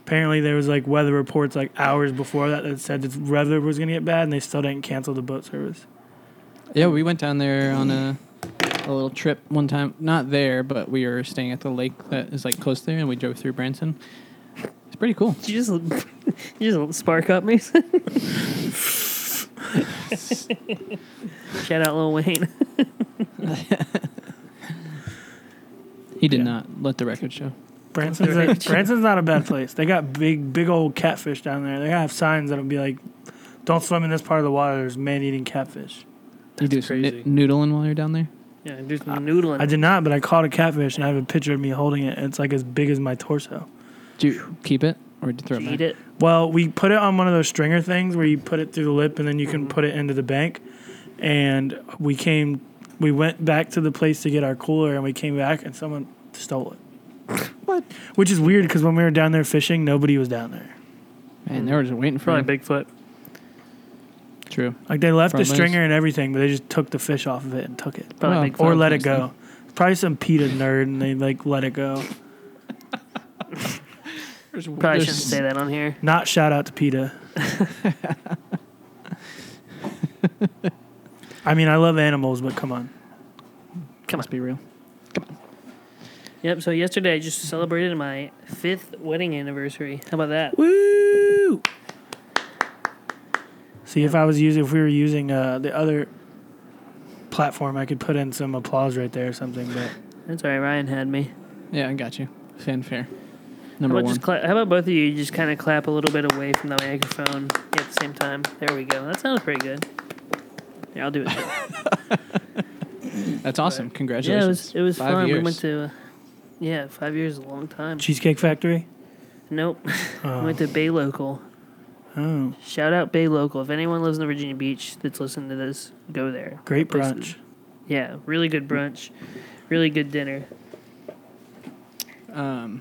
S1: apparently there was like weather reports like hours before that that said the weather was gonna get bad, and they still didn't cancel the boat service.
S2: yeah, we went down there on a a little trip one time. Not there, but we were staying at the lake that is like close there, and we drove through Branson. It's pretty
S3: [LAUGHS]
S2: cool.
S3: Did you just you just spark up me? Shout out Lil Wayne. [LAUGHS]
S2: He did
S1: Yeah.
S2: not let the record show.
S1: Branson's a, Branson's not a bad place. They got big big old catfish down there. They gotta have signs that'll be like, "Don't swim in this part of the water. There's man eating catfish."
S2: you do some
S3: crazy.
S2: noo- noodling while you're down there.
S3: yeah, do some noodling.
S1: I did not, but I caught a catfish and I have a picture of me holding it. and It's like as big as my torso.
S2: Do you keep it or do you throw
S3: Did
S2: it
S3: you
S2: back?
S3: eat it.
S1: Well, we put it on one of those stringer things where you put it through the lip and then you can put it into the bank. And we came, we went back to the place to get our cooler and we came back and someone stole it.
S2: What?
S1: Which is weird because when we were down there fishing, nobody was down there.
S2: Man, they were just waiting for him.
S3: Probably Bigfoot.
S2: True.
S1: Like they left
S2: Probably
S1: the
S2: is.
S1: stringer and everything, but they just took the fish off of it and took it
S3: Probably
S2: Well,
S3: Bigfoot.
S1: or let it
S2: interesting.
S1: go. Probably some PETA nerd and they like let it go.
S3: Probably
S2: There's-
S3: shouldn't say that on here.
S1: Not shout out to PETA. I mean, I love animals, but come on.
S3: Come
S2: Let's be real.
S3: Yep. So yesterday I just celebrated my fifth wedding anniversary. How about that?
S1: Woo! See if I was using if we were using uh, the other platform, I could put in some applause right there or something. But
S3: That's all right. Ryan had me.
S2: Yeah, I got you. Fanfare.
S3: How
S2: Number
S3: about,
S2: one.
S3: just cla- how about both of you just kind of clap a little bit away from the microphone at the same time? There we go. That sounded pretty good. Yeah, I'll do it.
S2: That's awesome. Congratulations.
S3: yeah, it was it was
S2: Five
S3: fun. We
S2: years.
S3: went to uh, yeah, five years is a long time.
S1: Cheesecake Factory.
S3: Nope, we
S1: Oh,
S3: went to Bay Local.
S1: oh
S3: Shout out Bay Local. If anyone lives in Virginia Beach that's listening to this, go there.
S1: great
S3: This is-
S1: brunch.
S3: Yeah, really good brunch, really good dinner.
S2: Um,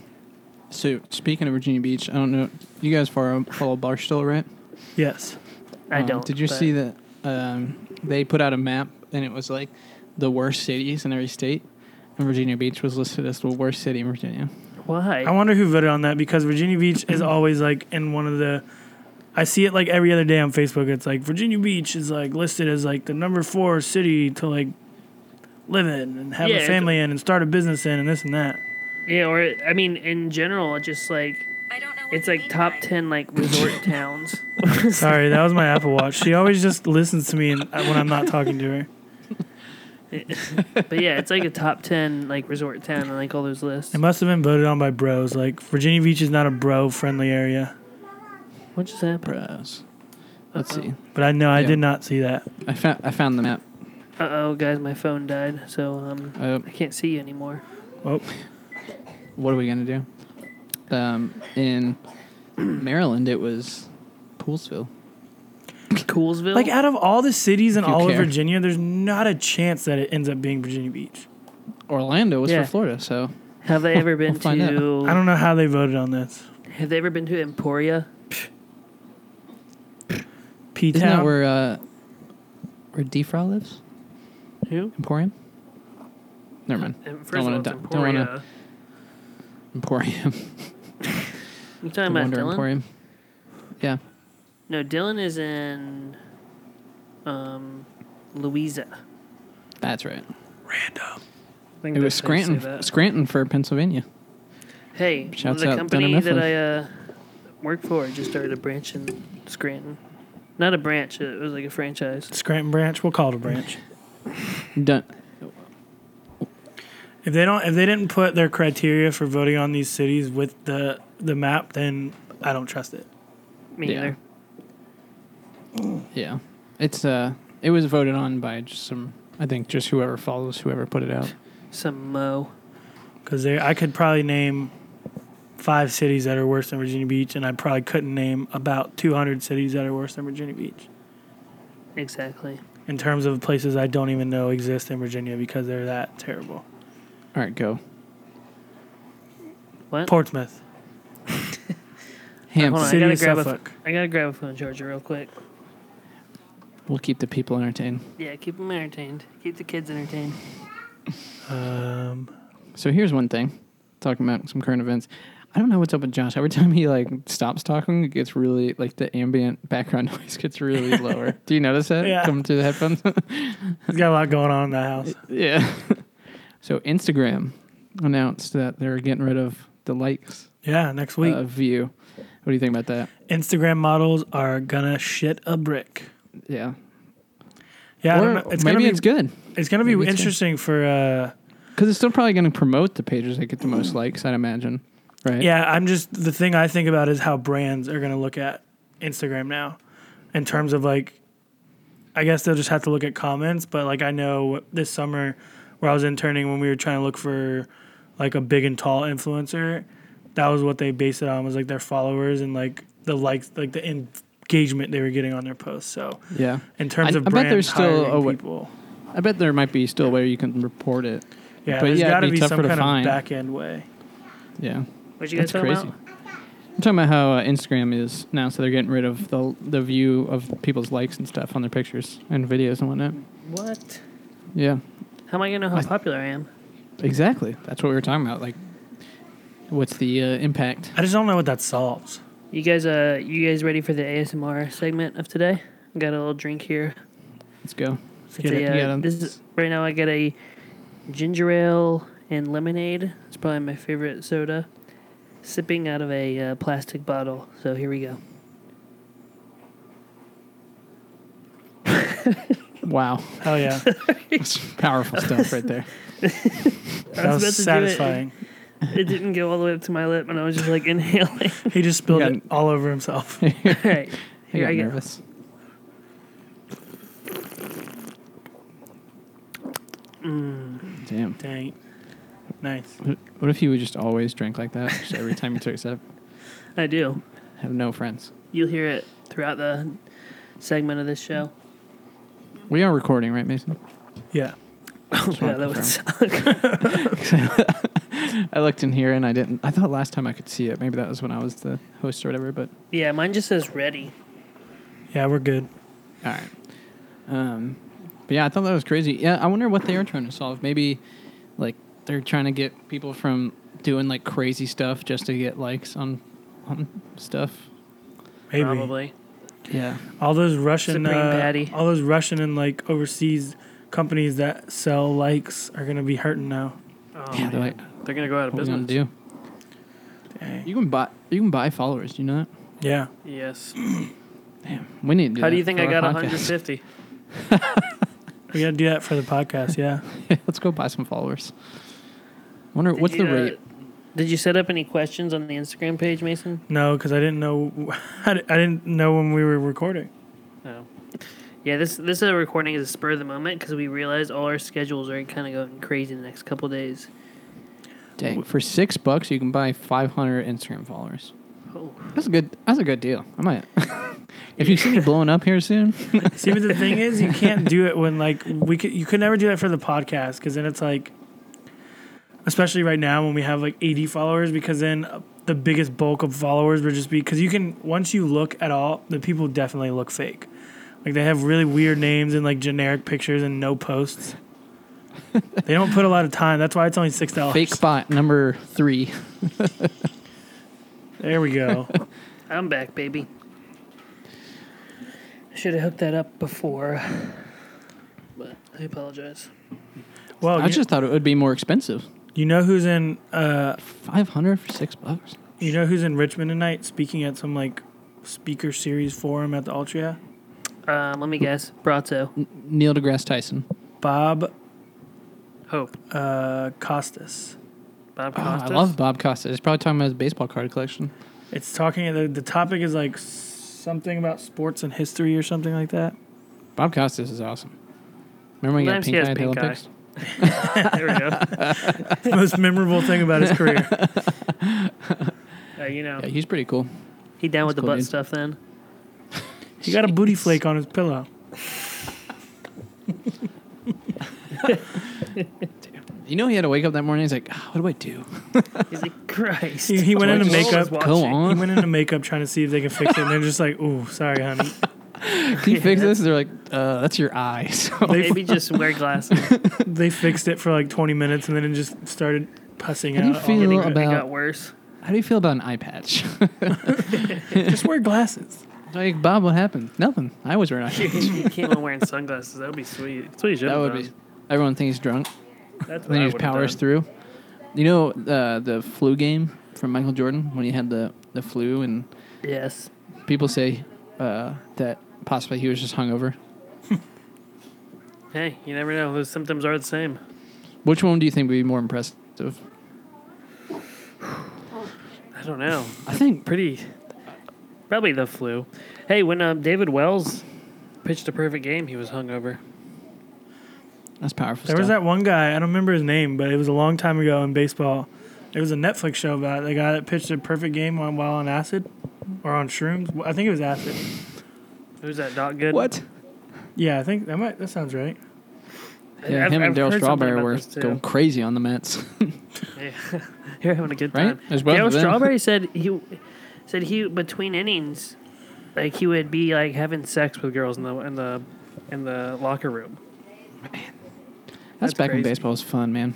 S2: so speaking of Virginia Beach, I don't know. You guys follow, follow Barstool, right?
S1: Yes.
S3: I
S2: Um,
S3: don't.
S2: Did you
S3: but-
S2: see that? Um, they put out a map, and it was like the worst cities in every state, and Virginia Beach was listed as the worst city in Virginia.
S3: Why?
S1: I wonder who voted on that because Virginia Beach
S3: [LAUGHS]
S1: is always like in one of the. I see it like every other day on Facebook. It's like Virginia Beach is like listed as like the number four city to like live in and have
S3: Yeah,
S1: a
S3: it's-
S1: family in and start a business in and this and
S3: [LAUGHS]
S1: that.
S3: yeah, or I mean, in general, it just like
S4: I don't know. What
S3: it's
S4: you
S3: like
S4: mean
S3: top
S4: by-
S3: ten like
S1: [LAUGHS]
S3: resort towns.
S1: Sorry, that was my Apple Watch. She always just listens to me and, uh, when I'm not talking to her.
S3: But yeah, it's like a top ten like resort town on like all those lists.
S1: It must have been voted on by bros. Like Virginia Beach is not a bro-friendly area,
S3: What just happened?
S2: Bros. Let's
S3: Uh-huh.
S2: see.
S1: but I know I
S2: Yeah.
S1: did not see that.
S2: I found I found the map.
S3: Uh oh, guys, my phone died, so um,
S2: Uh,
S3: I can't see you anymore.
S1: Oh,
S2: what are we gonna do? Um, in [CLEARS THROAT] Maryland, it was Poolsville.
S3: Coolsville.
S1: like out of all the cities in
S2: If you
S1: all of
S2: care.
S1: Virginia, there's not a chance that it ends up being Virginia Beach.
S2: Orlando was
S3: Yeah.
S2: for Florida, so
S3: have they ever been
S2: We'll find out.
S3: to?
S1: I don't know how they voted on this.
S3: Have they ever been to Emporia?
S1: P
S2: isn't that
S1: Town.
S2: where uh, where Defra lives?
S3: Who?
S2: Emporium. Never mind.
S3: And First
S2: Don't
S3: of all,
S2: wanna
S3: it's
S2: di- don't wanna-
S3: Emporia.
S2: Emporium. [LAUGHS]
S3: You
S2: the
S3: talking about
S2: Wonder
S3: Dylan?
S2: Emporium. Yeah.
S3: No, Dylan is in um, Louisa.
S2: That's right.
S1: Random.
S3: I think
S2: It was
S3: that's how you say
S2: Scranton,
S3: that.
S2: Scranton for Pennsylvania.
S3: Hey,
S2: Shouts
S3: the
S2: out
S3: company
S2: Dunham
S3: that I uh, work for just started a branch in Scranton. Not a branch, it was like a franchise.
S1: Scranton branch. We'll call it a branch.
S2: Dun-
S1: If they don't, if they didn't put their criteria for voting on these cities with the the map, then I don't trust it.
S3: Me
S2: Yeah.
S3: either.
S2: yeah, it's uh, it was voted on by just some, I think, just whoever follows whoever put it out.
S3: Some mo.
S1: Because I could probably name five cities that are worse than Virginia Beach, and I probably couldn't name about 200 cities that are worse than Virginia Beach
S3: Exactly.
S1: in terms of places I don't even know exist in Virginia because they're that terrible.
S2: All right, go.
S3: What?
S1: Portsmouth,
S3: Hold on,
S2: Hampton.
S1: City
S3: I gotta
S1: of
S3: grab
S1: Suffolk.
S3: a I gotta grab a phone charger real quick.
S2: We'll keep the people entertained.
S3: Yeah, keep them entertained. Keep the kids entertained.
S1: um,
S2: So here's one thing, talking about some current events. I don't know what's up with Josh. Every time he like stops talking, it gets really like the ambient background [LAUGHS] noise gets really lower. Do you notice that
S1: Yeah.
S2: coming through the headphones? [LAUGHS]
S1: he's got a lot going on in that house.
S2: yeah. so Instagram announced that they're getting rid of the likes
S1: Yeah, next week.
S2: of view. What do you think about that?
S1: Instagram models are gonna shit a brick.
S2: Yeah.
S1: Yeah, I
S2: or
S1: don't know. it's
S2: maybe
S1: gonna be
S2: it's good
S1: it's gonna be
S2: maybe it's good.
S1: interesting for. Uh,
S2: because it's still probably going to promote the pages that get the most likes, I'd imagine. Right?
S1: Yeah, I'm just the thing I think about is how brands are going to look at Instagram now in terms of like I guess they'll just have to look at comments, but like I know this summer where I was interning when we were trying to look for like a big and tall influencer, that was what they based it on was like their followers and like the likes, like the engagement they were getting on their posts. So
S2: Yeah.
S1: in terms
S2: I-
S1: of
S2: I bet
S1: brands
S2: there's still
S1: hiring
S2: a wa-
S1: people,
S2: I bet there might be still a way you can report it.
S1: yeah,
S2: but
S1: there's
S2: yeah, it'd
S1: got to
S2: be
S1: be
S2: tougher
S1: some
S2: to
S1: kind
S2: find.
S1: of back end way.
S2: Yeah.
S3: What you guys talking about?
S2: I'm talking about how uh, Instagram is now, so they're getting rid of the the view of people's likes and stuff on their pictures and videos and whatnot.
S3: What?
S2: Yeah,
S3: How am I gonna know how
S2: I-
S3: popular I am?
S2: exactly. That's what we were talking about. Like, what's the uh, impact?
S1: I just don't know what that solves.
S3: You guys uh you guys ready for the ASMR segment of today? Got a little drink here.
S2: Let's go.
S3: It's
S1: get it.
S3: a, uh,
S2: Yeah,
S3: this is right now I got a ginger ale and lemonade. It's probably my favorite soda. Sipping out of a uh, plastic bottle. So here we
S2: [LAUGHS]
S3: go.
S1: [LAUGHS]
S2: Wow,
S1: Hell
S2: [LAUGHS]
S1: yeah,
S2: that's powerful stuff right there.
S1: that
S3: was
S1: was
S3: about to do it.
S1: satisfying.
S3: It didn't go all the way up to my lip, and I was just
S2: [LAUGHS]
S3: like [LAUGHS] inhaling.
S1: He just spilled
S2: got-
S1: it all over himself. [LAUGHS]
S2: [LAUGHS]
S3: all right,
S2: I
S3: here
S2: got
S3: I go.
S2: nervous. Damn.
S1: Dang. Nice.
S2: What- What if you would just always drink like that? Just every time you took a sip,
S3: I do.
S2: have no friends.
S3: You'll hear it throughout the segment of this show.
S2: [LAUGHS] We are recording, right, Mason? [LAUGHS]
S1: Yeah.
S3: yeah, that would suck.
S2: I looked in here and I didn't. I thought last time I could see it. Maybe that was when I was the host or whatever. But
S3: [LAUGHS] Yeah, mine just says ready.
S1: Yeah, we're good.
S2: all right. Um, but yeah, I thought that was crazy. Yeah, I wonder what they are trying to solve. Maybe like they're trying to get people from doing like crazy stuff just to get likes on on stuff.
S1: Maybe.
S3: Probably.
S2: Yeah.
S1: All those Russian
S3: Supreme
S1: uh,
S3: patty.
S1: all those Russian and like overseas companies that sell likes are gonna be hurting now.
S3: Oh,
S2: yeah. They're like,
S3: they're gonna go out
S2: what are we gonna do?
S1: Dang.
S2: You can buy. You can buy followers. Do you know that?
S1: Yeah.
S3: Yes.
S2: Damn. We need to. Do
S3: How
S2: that
S3: do you think
S2: for
S3: I
S2: our
S3: got
S2: podcast.
S3: 150?
S1: We gotta do that for the podcast, yeah. [LAUGHS]
S2: [LAUGHS] Let's go buy some followers. Wonder what's
S3: Did
S2: the
S3: you, uh,
S2: rate?
S3: Did you set up any questions on the Instagram page, Mason?
S1: No, because I didn't know [LAUGHS] I di- I didn't know when we were recording.
S3: No. Yeah, this this uh, recording is a spur of the moment because we realize all our schedules are kind of going crazy the next couple days.
S2: Dang, for six bucks you can buy 500 Instagram followers.
S3: Oh.
S2: That's a good. That's a good deal. I might. [LAUGHS] if you see me blowing up here soon,
S1: See, but the thing is, you can't do it when like we could. You could never do that for the podcast because then it's like, especially right now when we have like eighty followers, because then uh, the biggest bulk of followers would just be because you can once you look at all the people definitely look fake, like they have really weird names and like generic pictures and no posts. They don't put a lot of time. That's why it's only six dollars.
S2: Fake bot number three.
S1: There we
S2: [LAUGHS]
S1: go.
S3: I'm back, baby. Should have hooked that up before, but I apologize.
S1: Well,
S2: I
S3: Oh,
S1: you,
S2: just thought it would be more expensive.
S1: you know who's in uh,
S2: Five hundred for six bucks.
S1: you know who's in Richmond tonight speaking at some like speaker series forum at the Altria?
S3: Um, let me guess. Brato.
S2: Neil deGrasse Tyson.
S1: Bob
S3: Hope.
S1: uh, Costas.
S3: Bob
S2: Oh, I
S3: Costas. [LAUGHS]
S2: love Bob Costa. He's probably talking about his baseball card collection.
S1: It's talking. The, the topic is like something about sports and history or something like that.
S2: Bob Costas is awesome. Remember when he got
S3: Sometimes he
S2: pink
S3: has
S2: eye at the
S3: pink eye.
S2: Olympics?
S3: there we go.
S1: Most memorable thing about his career.
S3: Uh, you know,
S2: Yeah, he's pretty cool.
S3: he down with the
S2: cool,
S3: butt
S2: dude.
S3: stuff then.
S1: He
S2: [LAUGHS]
S1: got a booty flake on his pillow.
S2: You know, he had to wake up that morning. He's like, "Ah, "What do I
S3: [LAUGHS]
S2: do?" [LAUGHS]
S3: He's like, Christ.
S1: He, he went
S2: Why
S1: into
S2: just-
S1: makeup.
S3: Someone's
S2: Go
S3: watching.
S1: He
S2: on.
S1: went into makeup trying to see if they could fix it, and they're just like, "Ooh, sorry,
S2: [LAUGHS]
S1: honey."
S2: Can you fix this? They're like, uh, "That's your eye." [LAUGHS] So
S1: They,
S3: Maybe just wear glasses.
S1: they fixed it for like 20 minutes, and then it just started pussing
S2: How do you
S1: out. all
S2: feel
S1: over
S3: Getting-
S1: it.
S3: it
S2: about-
S3: got worse. [LAUGHS]
S2: how do you feel about an eye patch? [LAUGHS]
S1: Just wear glasses.
S2: like, Bob, what happened? Nothing. I was wearing eye patch.
S3: he came on wearing sunglasses. That would be sweet. That's what he should
S2: That
S3: have
S2: would
S3: done.
S2: be. Everyone thinks he's drunk.
S3: That's what
S2: Then
S3: I
S2: he just
S3: would've
S2: powers
S3: done.
S2: through. You know uh, the flu game from Michael Jordan when he had the, the flu and
S3: Yes.
S2: people say uh, that possibly he was just hungover.
S3: Hey, you never know. Those symptoms are the same.
S2: Which one do you think would be more impressive?
S3: I don't know.
S2: I think
S3: Pretty. Probably the flu. Hey, when um, David Wells pitched a perfect game, he was hungover.
S2: that's powerful.
S1: There was
S2: stuff.
S1: that one guy. I don't remember his name, but it was a long time ago in baseball. There was a Netflix show about it. the guy that pitched a perfect game while while on acid or on shrooms. I think it was acid.
S3: Who's that? Doc Good.
S2: What?
S1: Yeah, I think that might. That sounds right.
S2: Yeah,
S3: I've-
S2: him
S3: I've
S2: and Daryl
S3: heard something
S2: Strawberry
S3: about
S2: were
S3: this, too.
S2: going crazy on the Mets.
S3: [LAUGHS]
S2: [LAUGHS]
S3: Yeah. [LAUGHS] You're having a good
S2: Right?
S3: time.
S2: There's both
S3: Darryl
S2: of them.
S3: Strawberry said he said he between innings, like he would be like having sex with girls in the in the in the locker room.
S2: that's back when
S3: crazy.
S2: baseball was fun, man.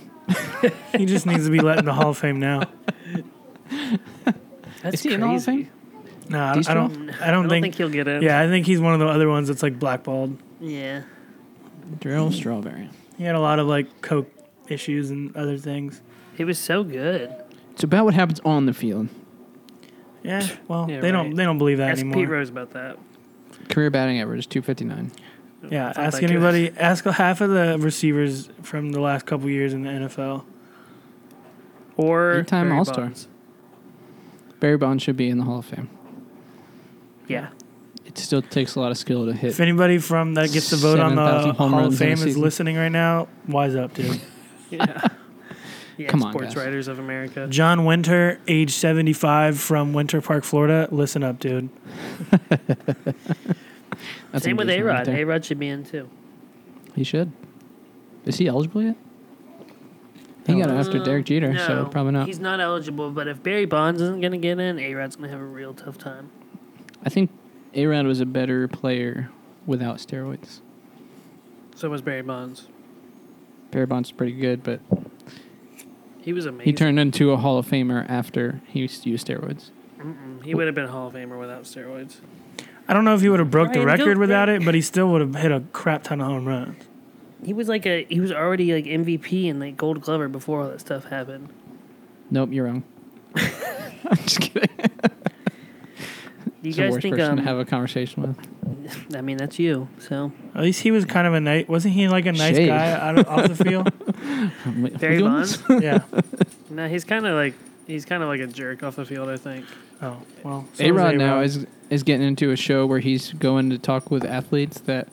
S1: He just needs to be let in the Hall of Fame now.
S3: That's
S2: Is he in the Hall of
S3: crazy.
S2: Fame?
S1: No, I, I don't. I don't,
S3: I don't think, he'll get in.
S1: yeah, I think he's one of the other ones that's like blackballed.
S3: Yeah.
S2: Daryl Strawberry.
S1: He had a lot of like coke issues and other things.
S3: He was so good.
S2: It's about what happens on the field.
S1: Yeah, well,
S3: Yeah,
S1: they don't.
S3: right.
S1: They don't believe that
S3: Ask
S1: anymore.
S3: Pete Rose about that.
S2: Career batting average two fifty nine.
S1: Yeah,
S3: It's not
S1: ask
S3: that good.
S1: anybody. Ask half of the receivers from the last couple years in the NFL.
S3: Or
S2: Eight-time
S3: Barry
S2: All-Star.
S3: Bonds.
S2: Barry Bonds should be in the Hall of Fame.
S3: Yeah.
S2: It still takes a lot of skill to hit.
S1: If anybody from that gets the vote on the
S2: 7,000 home
S1: Hall of
S2: runs in a
S1: Fame is
S2: season.
S1: listening right now, wise up, dude.
S2: [LAUGHS]
S3: Yeah. yeah
S2: Come on,
S3: Sports
S2: guys.
S3: writers of America.
S1: John Winter, age 75, from Winter Park, Florida. Listen up, dude.
S2: That's
S3: Same with A
S2: engagement right
S3: Rod.
S2: there.
S3: A Rod should be in too.
S2: He should. Is he eligible yet? He got it after Derek Jeter, so
S3: Mm, No,
S2: probably not.
S3: He's not eligible, but if Barry Bonds isn't going to get in, A Rod's going to have a real tough time.
S2: I think A Rod was a better player without steroids.
S3: So was Barry Bonds.
S2: Barry Bonds is pretty good, but
S3: He was amazing.
S2: he turned into a Hall of Famer after he used to use steroids.
S3: Mm-mm. He would have been a Hall of Famer without steroids.
S1: I don't know if he would have broke the
S3: Brian,
S1: record
S3: go
S1: without
S3: back.
S1: it, but he still would have hit a crap ton of home runs.
S3: He was like a he was already like MVP and like Gold Glover before all that stuff happened.
S2: Nope, you're wrong. [LAUGHS] I'm just kidding.
S3: Do you
S2: He's the
S3: guys
S2: worst
S3: think?
S2: person to
S3: Um,
S2: have a conversation with.
S3: [LAUGHS] I mean, that's you. So
S1: At least he was kind of a nice. Wasn't he like a nice
S2: Shade.
S1: guy out of, off the
S2: [LAUGHS]
S1: field?
S2: Um, we- we
S3: Barry
S2: doing
S3: Bonds.
S2: this?
S1: Yeah.
S3: no, he's kind of like he's kind of like a jerk off the field. I think.
S1: Oh well. so
S2: A Rod now
S1: A-Rod.
S2: is is getting into a show where he's going to talk with athletes that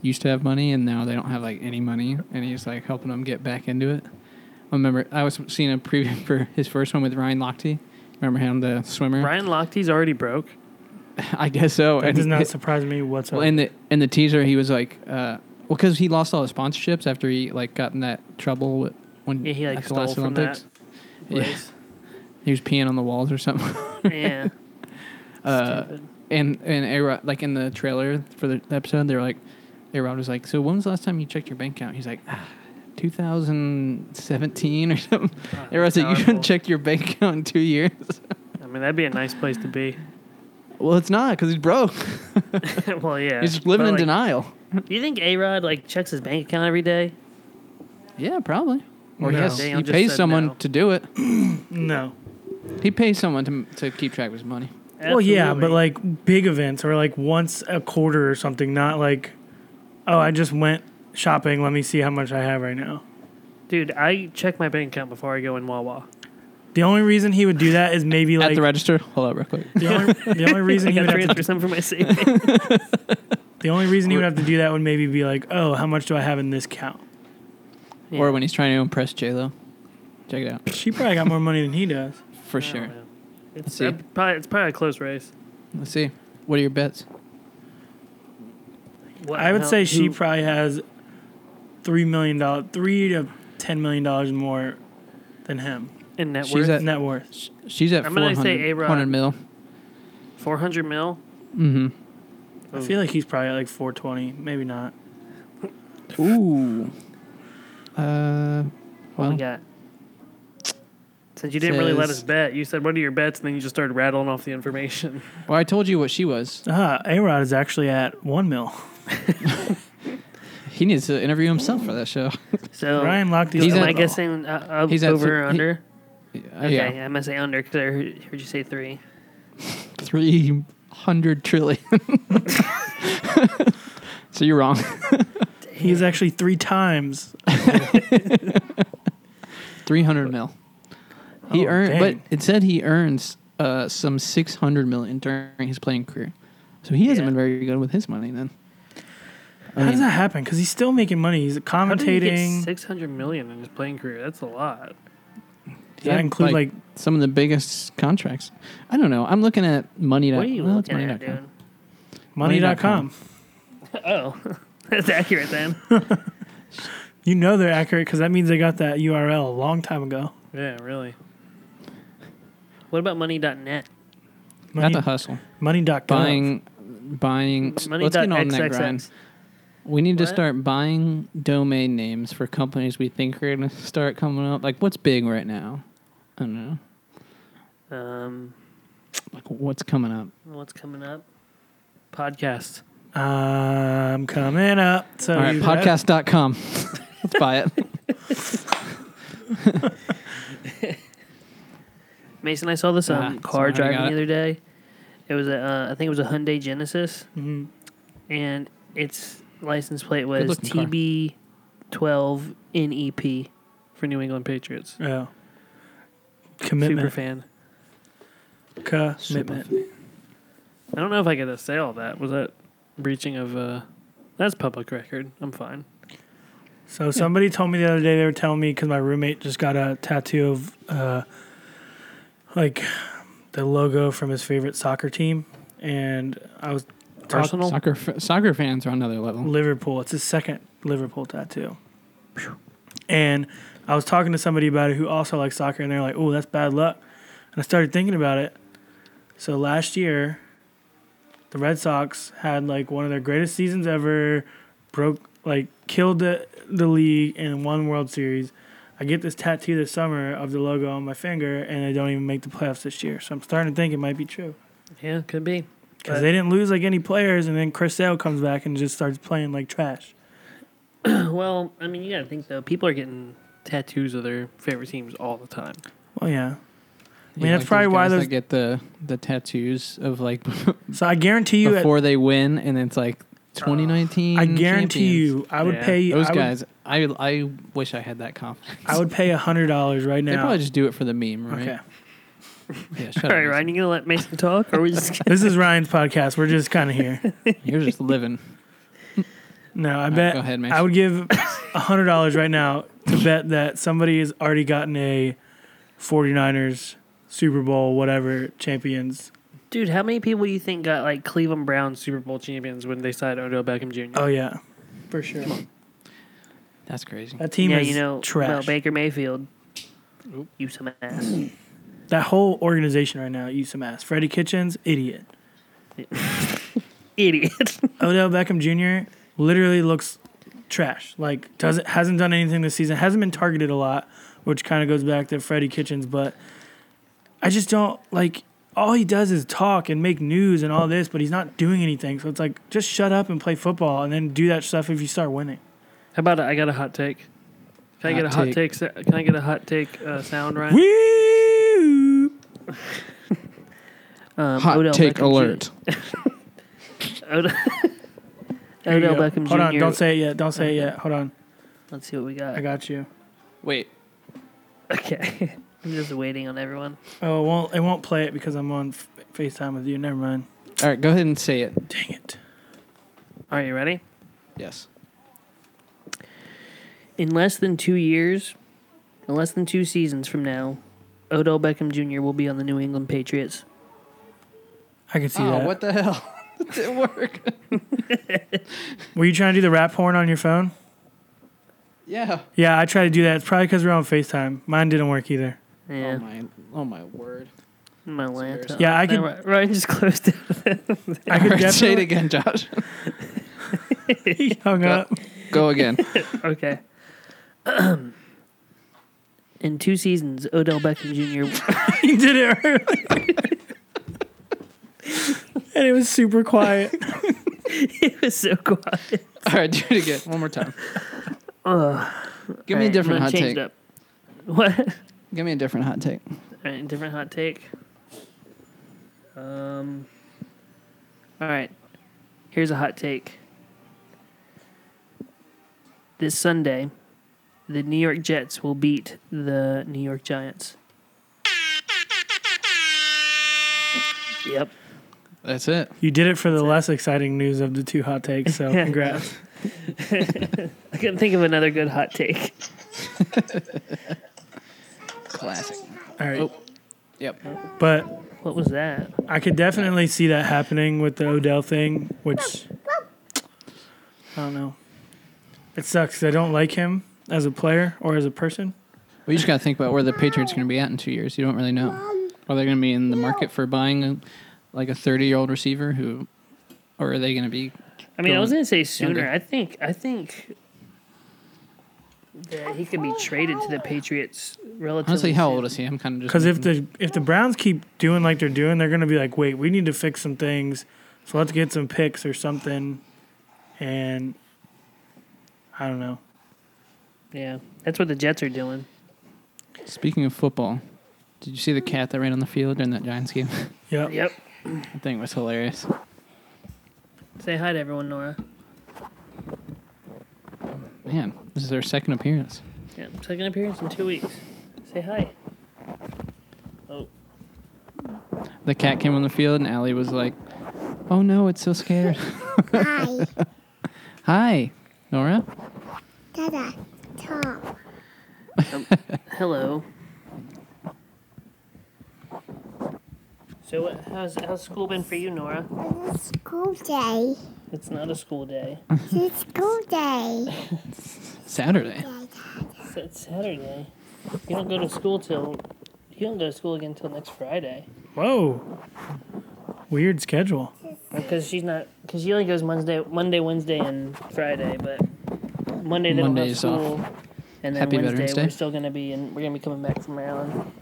S2: used to have money and now they don't have like any money, and he's like helping them get back into it. I remember I was seeing a preview [LAUGHS] for his first one with Ryan Lochte. Remember him, the swimmer?
S3: Ryan Lochte's already broke.
S2: [LAUGHS] I guess so.
S1: That does
S2: he-
S1: not surprise me
S2: well,
S1: whatsoever.
S2: in the in the teaser, he was like, uh, well, because he lost all his sponsorships after he like got in that trouble with, when
S3: Yeah, he like
S2: at the
S3: stole
S2: last
S3: from
S2: Olympics.
S3: that.
S2: Yeah. [LAUGHS]
S3: place.
S2: He was peeing on the walls or something. [LAUGHS]
S3: yeah.
S2: Uh,
S3: Stupid.
S2: And and A Rod, like in the trailer for the episode, they were like, A Rod was like, so when was the last time you checked your bank account? He's like, ah, 2017 or [LAUGHS] something.
S3: Ah,
S2: It was like, you
S3: horrible.
S2: haven't checked your bank account in two years. [LAUGHS]
S4: I mean, that'd be a nice place to be. [LAUGHS]
S2: Well, it's not because he's broke.
S3: well, yeah.
S2: he's living in
S3: But, like,
S2: denial.
S3: Do you think A Rod like checks his bank account every day?
S2: Yeah, probably. Or
S1: No.
S2: he, has,
S3: Daniel
S2: he
S3: just
S2: pays
S3: said
S2: someone
S3: no.
S2: to do it.
S1: No.
S2: He pays someone to, to keep track of his money.
S1: Well, yeah, but
S3: Absolutely.
S1: like big events or like once a quarter or something, not like, oh, I just went shopping. Let me see how much I have right now.
S4: Dude, I check my bank account before I go in Wawa.
S1: The only reason he would do that is maybe like
S2: At the register, hold up real quick.
S1: the, only, the
S2: [LAUGHS]
S1: only reason he
S3: I
S1: would
S3: gotta
S1: have to,
S3: transfer some from my savings.
S1: the only reason he would have to do that would maybe be like, oh, how much do I have in this count?
S3: Yeah.
S2: Or when he's trying to impress J Lo. Check it out
S1: She probably got more money than he does.
S2: for sure.
S4: know. Oh, It's,
S2: see.
S4: uh, probably, it's probably a close race.
S2: Let's see. What are your bets?
S3: What-
S1: I would
S3: how-
S1: say she
S3: who-
S1: probably has three million dollar, three to ten million dollars more than him
S4: In net
S2: She's
S4: worth,
S2: at-
S1: net worth.
S2: Sh- She's at
S4: I'm
S2: four
S4: gonna say
S2: hundred
S4: A-Rod.
S2: 400 mil.
S4: 400 mil.
S2: hmm
S1: I feel like he's probably at like four twenty, maybe not.
S2: Ooh. Uh,
S4: What
S2: well,
S4: we got? Since you didn't really let us
S2: Says-
S4: bet, you said, what are your bets? And then you just started rattling off the information.
S2: well, I told you what she was.
S1: Ah, A Rod is actually at one mil.
S2: He needs to interview himself for that show.
S3: So
S1: [LAUGHS] Ryan locked these.
S2: He's
S1: up.
S3: am
S2: at-
S3: I guessing uh, up,
S2: He's at
S3: over
S2: th-
S3: or
S2: he-
S3: under?
S2: Uh,
S3: Okay,
S2: Yeah,
S3: I'm gonna say under because I heard, heard you say three.
S2: three hundred trillion. [LAUGHS] so you're wrong.
S1: He is actually three times.
S2: Three hundred mil. He
S1: Oh,
S2: earned,
S1: dang.
S2: but it said he earns uh, some six hundred million during his playing career. So he hasn't
S3: Yeah.
S2: been very good with his money then. I
S1: How does
S2: mean,
S1: that happen? Because he's still making money. He's
S4: How did he get
S1: commentating.
S4: 600 million in his playing career? That's a lot.
S1: Does
S2: yeah,
S1: that include like,
S2: some of the biggest contracts. I don't know. I'm looking at money.
S3: What are you
S2: well, it's
S3: looking at,
S2: money dot com.
S3: dude?
S1: money dot
S2: money.com.
S1: com?
S3: [LAUGHS] Oh, that's accurate [LAUGHS] then.
S1: You know they're accurate because that means they got that URL a long time ago.
S4: Yeah, really.
S3: What about money.net?
S2: Not
S1: Money,
S2: the hustle.
S1: money dot com.
S2: Buying, buying. Mm, Let's get on that grind.
S3: Money.xxx.
S2: We need
S3: What?
S2: to start buying domain names for companies we think are going to [LAUGHS] start coming up. Like, what's big right now? I don't know.
S3: Um,
S2: Like, what's coming up?
S3: what's coming up?
S4: Podcast.
S1: I'm coming up. So
S2: All right,
S1: you-
S2: podcast.com. [LAUGHS] Let's
S1: [LAUGHS]
S2: buy it.
S3: Mason, I saw this
S2: Ah,
S3: um,
S2: sorry, I
S3: car driving
S2: got
S3: the other day. It was a, uh, I think it was a Hyundai Genesis,
S1: Mhm.
S3: and its license plate was
S2: looking car.
S3: TB12NEP.
S4: for New England Patriots.
S1: Yeah.
S4: Super
S1: Oh. Commitment.
S4: fan.
S1: Commitment.
S4: I don't know if I get to say all that. Was that breaching of uh that's public record. I'm fine.
S1: So somebody told me the other day they were telling me because my roommate just got a tattoo of uh, like the logo from his favorite soccer team, and I was talk-
S4: Arsenal?
S2: Soccer, f- soccer fans are on another level.
S1: Liverpool. It's his second Liverpool tattoo, and I was talking to somebody about it who also likes soccer, and they're like, "Oh, that's bad luck," and I started thinking about it. So last year, the Red Sox had like one of their greatest seasons ever, broke like killed the the league and won World Series. I get this tattoo this summer of the logo on my finger, and they don't even make the playoffs this year. So I'm starting to think it might be true
S4: Yeah, could be. [CLEARS THROAT]
S1: because
S4: But-
S1: they didn't lose like any players, and then Chris Sale comes back and just starts playing like trash.
S4: Well, I mean, you got to think though. People are getting tattoos of their favorite teams [LAUGHS] all the time.
S1: Well, yeah.
S2: I
S1: mean, that's probably why those-
S2: That get the, the tattoos of, like,
S1: So I guarantee you, at, Uh,
S2: before they win, and it's like 2019.
S1: I guarantee you, I would
S4: Yeah.
S1: pay
S2: Those
S1: I would,
S2: guys, I, I wish I had that confidence.
S1: I would pay a hundred dollars right
S2: [LAUGHS] They
S1: now.
S2: probably just do it for the meme, right?
S1: Okay,
S2: Yeah, shut
S3: All right,
S2: up.
S3: Ryan, you gonna let
S4: [LAUGHS]
S3: Mason talk, or we just?
S1: [LAUGHS] this is Ryan's podcast. We're just kind of here.
S2: You're just living.
S1: No, [LAUGHS]
S2: [LAUGHS]
S1: I
S2: right,
S1: bet
S2: go ahead, Mason.
S1: I would give a hundred dollars right now to bet that somebody has already gotten a 49ers Super Bowl whatever champions.
S4: Dude, how many people do you think got like Cleveland Browns Super Bowl champions when they signed Odell Beckham Jr.?
S1: Oh yeah, for sure.
S2: That's crazy.
S1: That team
S3: yeah,
S1: is
S3: you know, well,
S1: trash.
S3: Baker Mayfield, you some ass.
S1: that whole organization right now, you some ass. Freddie Kitchens, idiot.
S3: Idiot.
S4: [LAUGHS]
S1: Odell Beckham Jr. literally looks trash. Like doesn't hasn't done anything this season. Hasn't been targeted a lot, which kind of goes back to Freddie Kitchens. But I just don't like. All he does is talk and make news and all this, but he's not doing anything. So it's like just shut up and play football, and then do that stuff if you start winning.
S4: How about I got a hot take? Can I get a
S2: Hot
S4: hot take? sa- Can I get a hot take uh, sound, Ryan?
S1: Woo!
S3: Um,
S5: Hot
S3: Odell
S5: take
S3: Beckham [LAUGHS]
S5: alert.
S3: Jr. Od-
S1: Here you
S3: Odell
S1: go.
S3: Beckham Jr.
S1: Hold on, don't say it yet. Don't say it yet. Hold on,
S3: Let's see what we got.
S1: I got you.
S2: Wait,
S3: Okay. I'm just waiting on everyone.
S1: Oh, it won't it won't play it because I'm on F- FaceTime with you. Never mind.
S2: all right, go ahead and say it.
S1: Dang it.
S3: Are you ready?
S2: Yes.
S3: In less than two years, in less than two seasons from now, Odell Beckham Jr. will be on the New England Patriots.
S1: I can see
S2: oh,
S1: that.
S2: what the hell?
S3: [LAUGHS]
S2: it didn't work.
S1: Were you trying to do the rap horn on your phone?
S2: yeah. Oh
S1: Yeah, I tried to do that. It's probably because we're on FaceTime. Mine didn't work
S2: [LAUGHS]
S1: either.
S3: Yeah,
S2: Oh my. Oh my word.
S3: my Atlanta.
S2: embarrassing.
S1: Yeah, I
S3: Now,
S1: could.
S3: Ry- Oh, Ryan just [LAUGHS] closed it.
S1: I could
S2: All right, say it
S1: definitely
S2: again,
S3: [LAUGHS]
S2: Josh.
S1: he hung up. [LAUGHS]
S5: Go again.
S3: Okay. [CLEARS THROAT] in two seasons, Odell Beckham Jr.
S1: he did it early. [LAUGHS] and it was super quiet.
S3: it [LAUGHS] was so quiet.
S2: all right, do it again one more time.
S3: Ugh.
S2: Give
S3: All
S2: me a
S3: right, I'm
S2: different
S3: gonna
S2: hot
S3: change
S2: take.
S3: it up. [LAUGHS] What?
S2: Give me a different hot take.
S3: All right, different hot take. Um. All right, here's a hot take. This Sunday, the New York Jets will beat the New York Giants. Yep.
S2: That's it.
S1: You did it for the less exciting news of the two hot takes.
S2: [LAUGHS]
S1: So congrats.
S3: I couldn't think of another good hot take.
S2: Classic.
S1: All right.
S2: Oh. Yep.
S1: But
S3: What was that?
S1: I could definitely see that happening with the Odell thing, which I don't know. It sucks 'cause I don't like him as a player or as a person.
S2: We just got to think about where the Patriots are going to be at in two years. You don't really know. Are they going to be in the market for buying a, like a 30 year old receiver who, or are they going to be?
S3: I mean, I was
S2: Going
S3: gonna say sooner.
S2: younger.
S3: I think. I think. That he could be traded to the Patriots relatively.
S2: Honestly, how old
S3: soon.
S2: is he? I'm kind of just
S1: Because if
S2: making-
S1: the if the Browns keep doing like they're doing, they're gonna be like, wait, we need to fix some things, so let's get some picks or something, and I don't know.
S3: Yeah, that's what the Jets are doing.
S2: speaking of football, did you see the cat that ran on the field during that Giants game? [LAUGHS]
S1: Yep.
S3: Yep.
S2: that thing was hilarious.
S3: Say hi to everyone, Nora.
S2: Man, this is their second appearance.
S3: Yeah, second appearance in two weeks. Say hi. Oh.
S2: The cat came on the field and Allie was like, "Oh no, it's so scared."
S6: [LAUGHS]
S2: [LAUGHS]
S6: Hi,
S2: Hi, Nora.
S6: Dada, Tom.
S3: Hello. So, what, how's how's school been for you, Nora?
S6: It's a school day.
S3: It's not a school day.
S6: It's a school day.
S2: Saturday.
S3: It's, it's Saturday. You don't go to school till you don't go to school again till next Friday.
S1: Whoa. Weird schedule.
S3: Because she's not because she only goes Monday, Monday, Wednesday, and Friday. But Monday they
S2: Monday is
S3: don't go to school. And then
S2: Happy
S3: Wednesday
S2: Veterans Day.
S3: we're still gonna be and we're gonna be coming back from Maryland.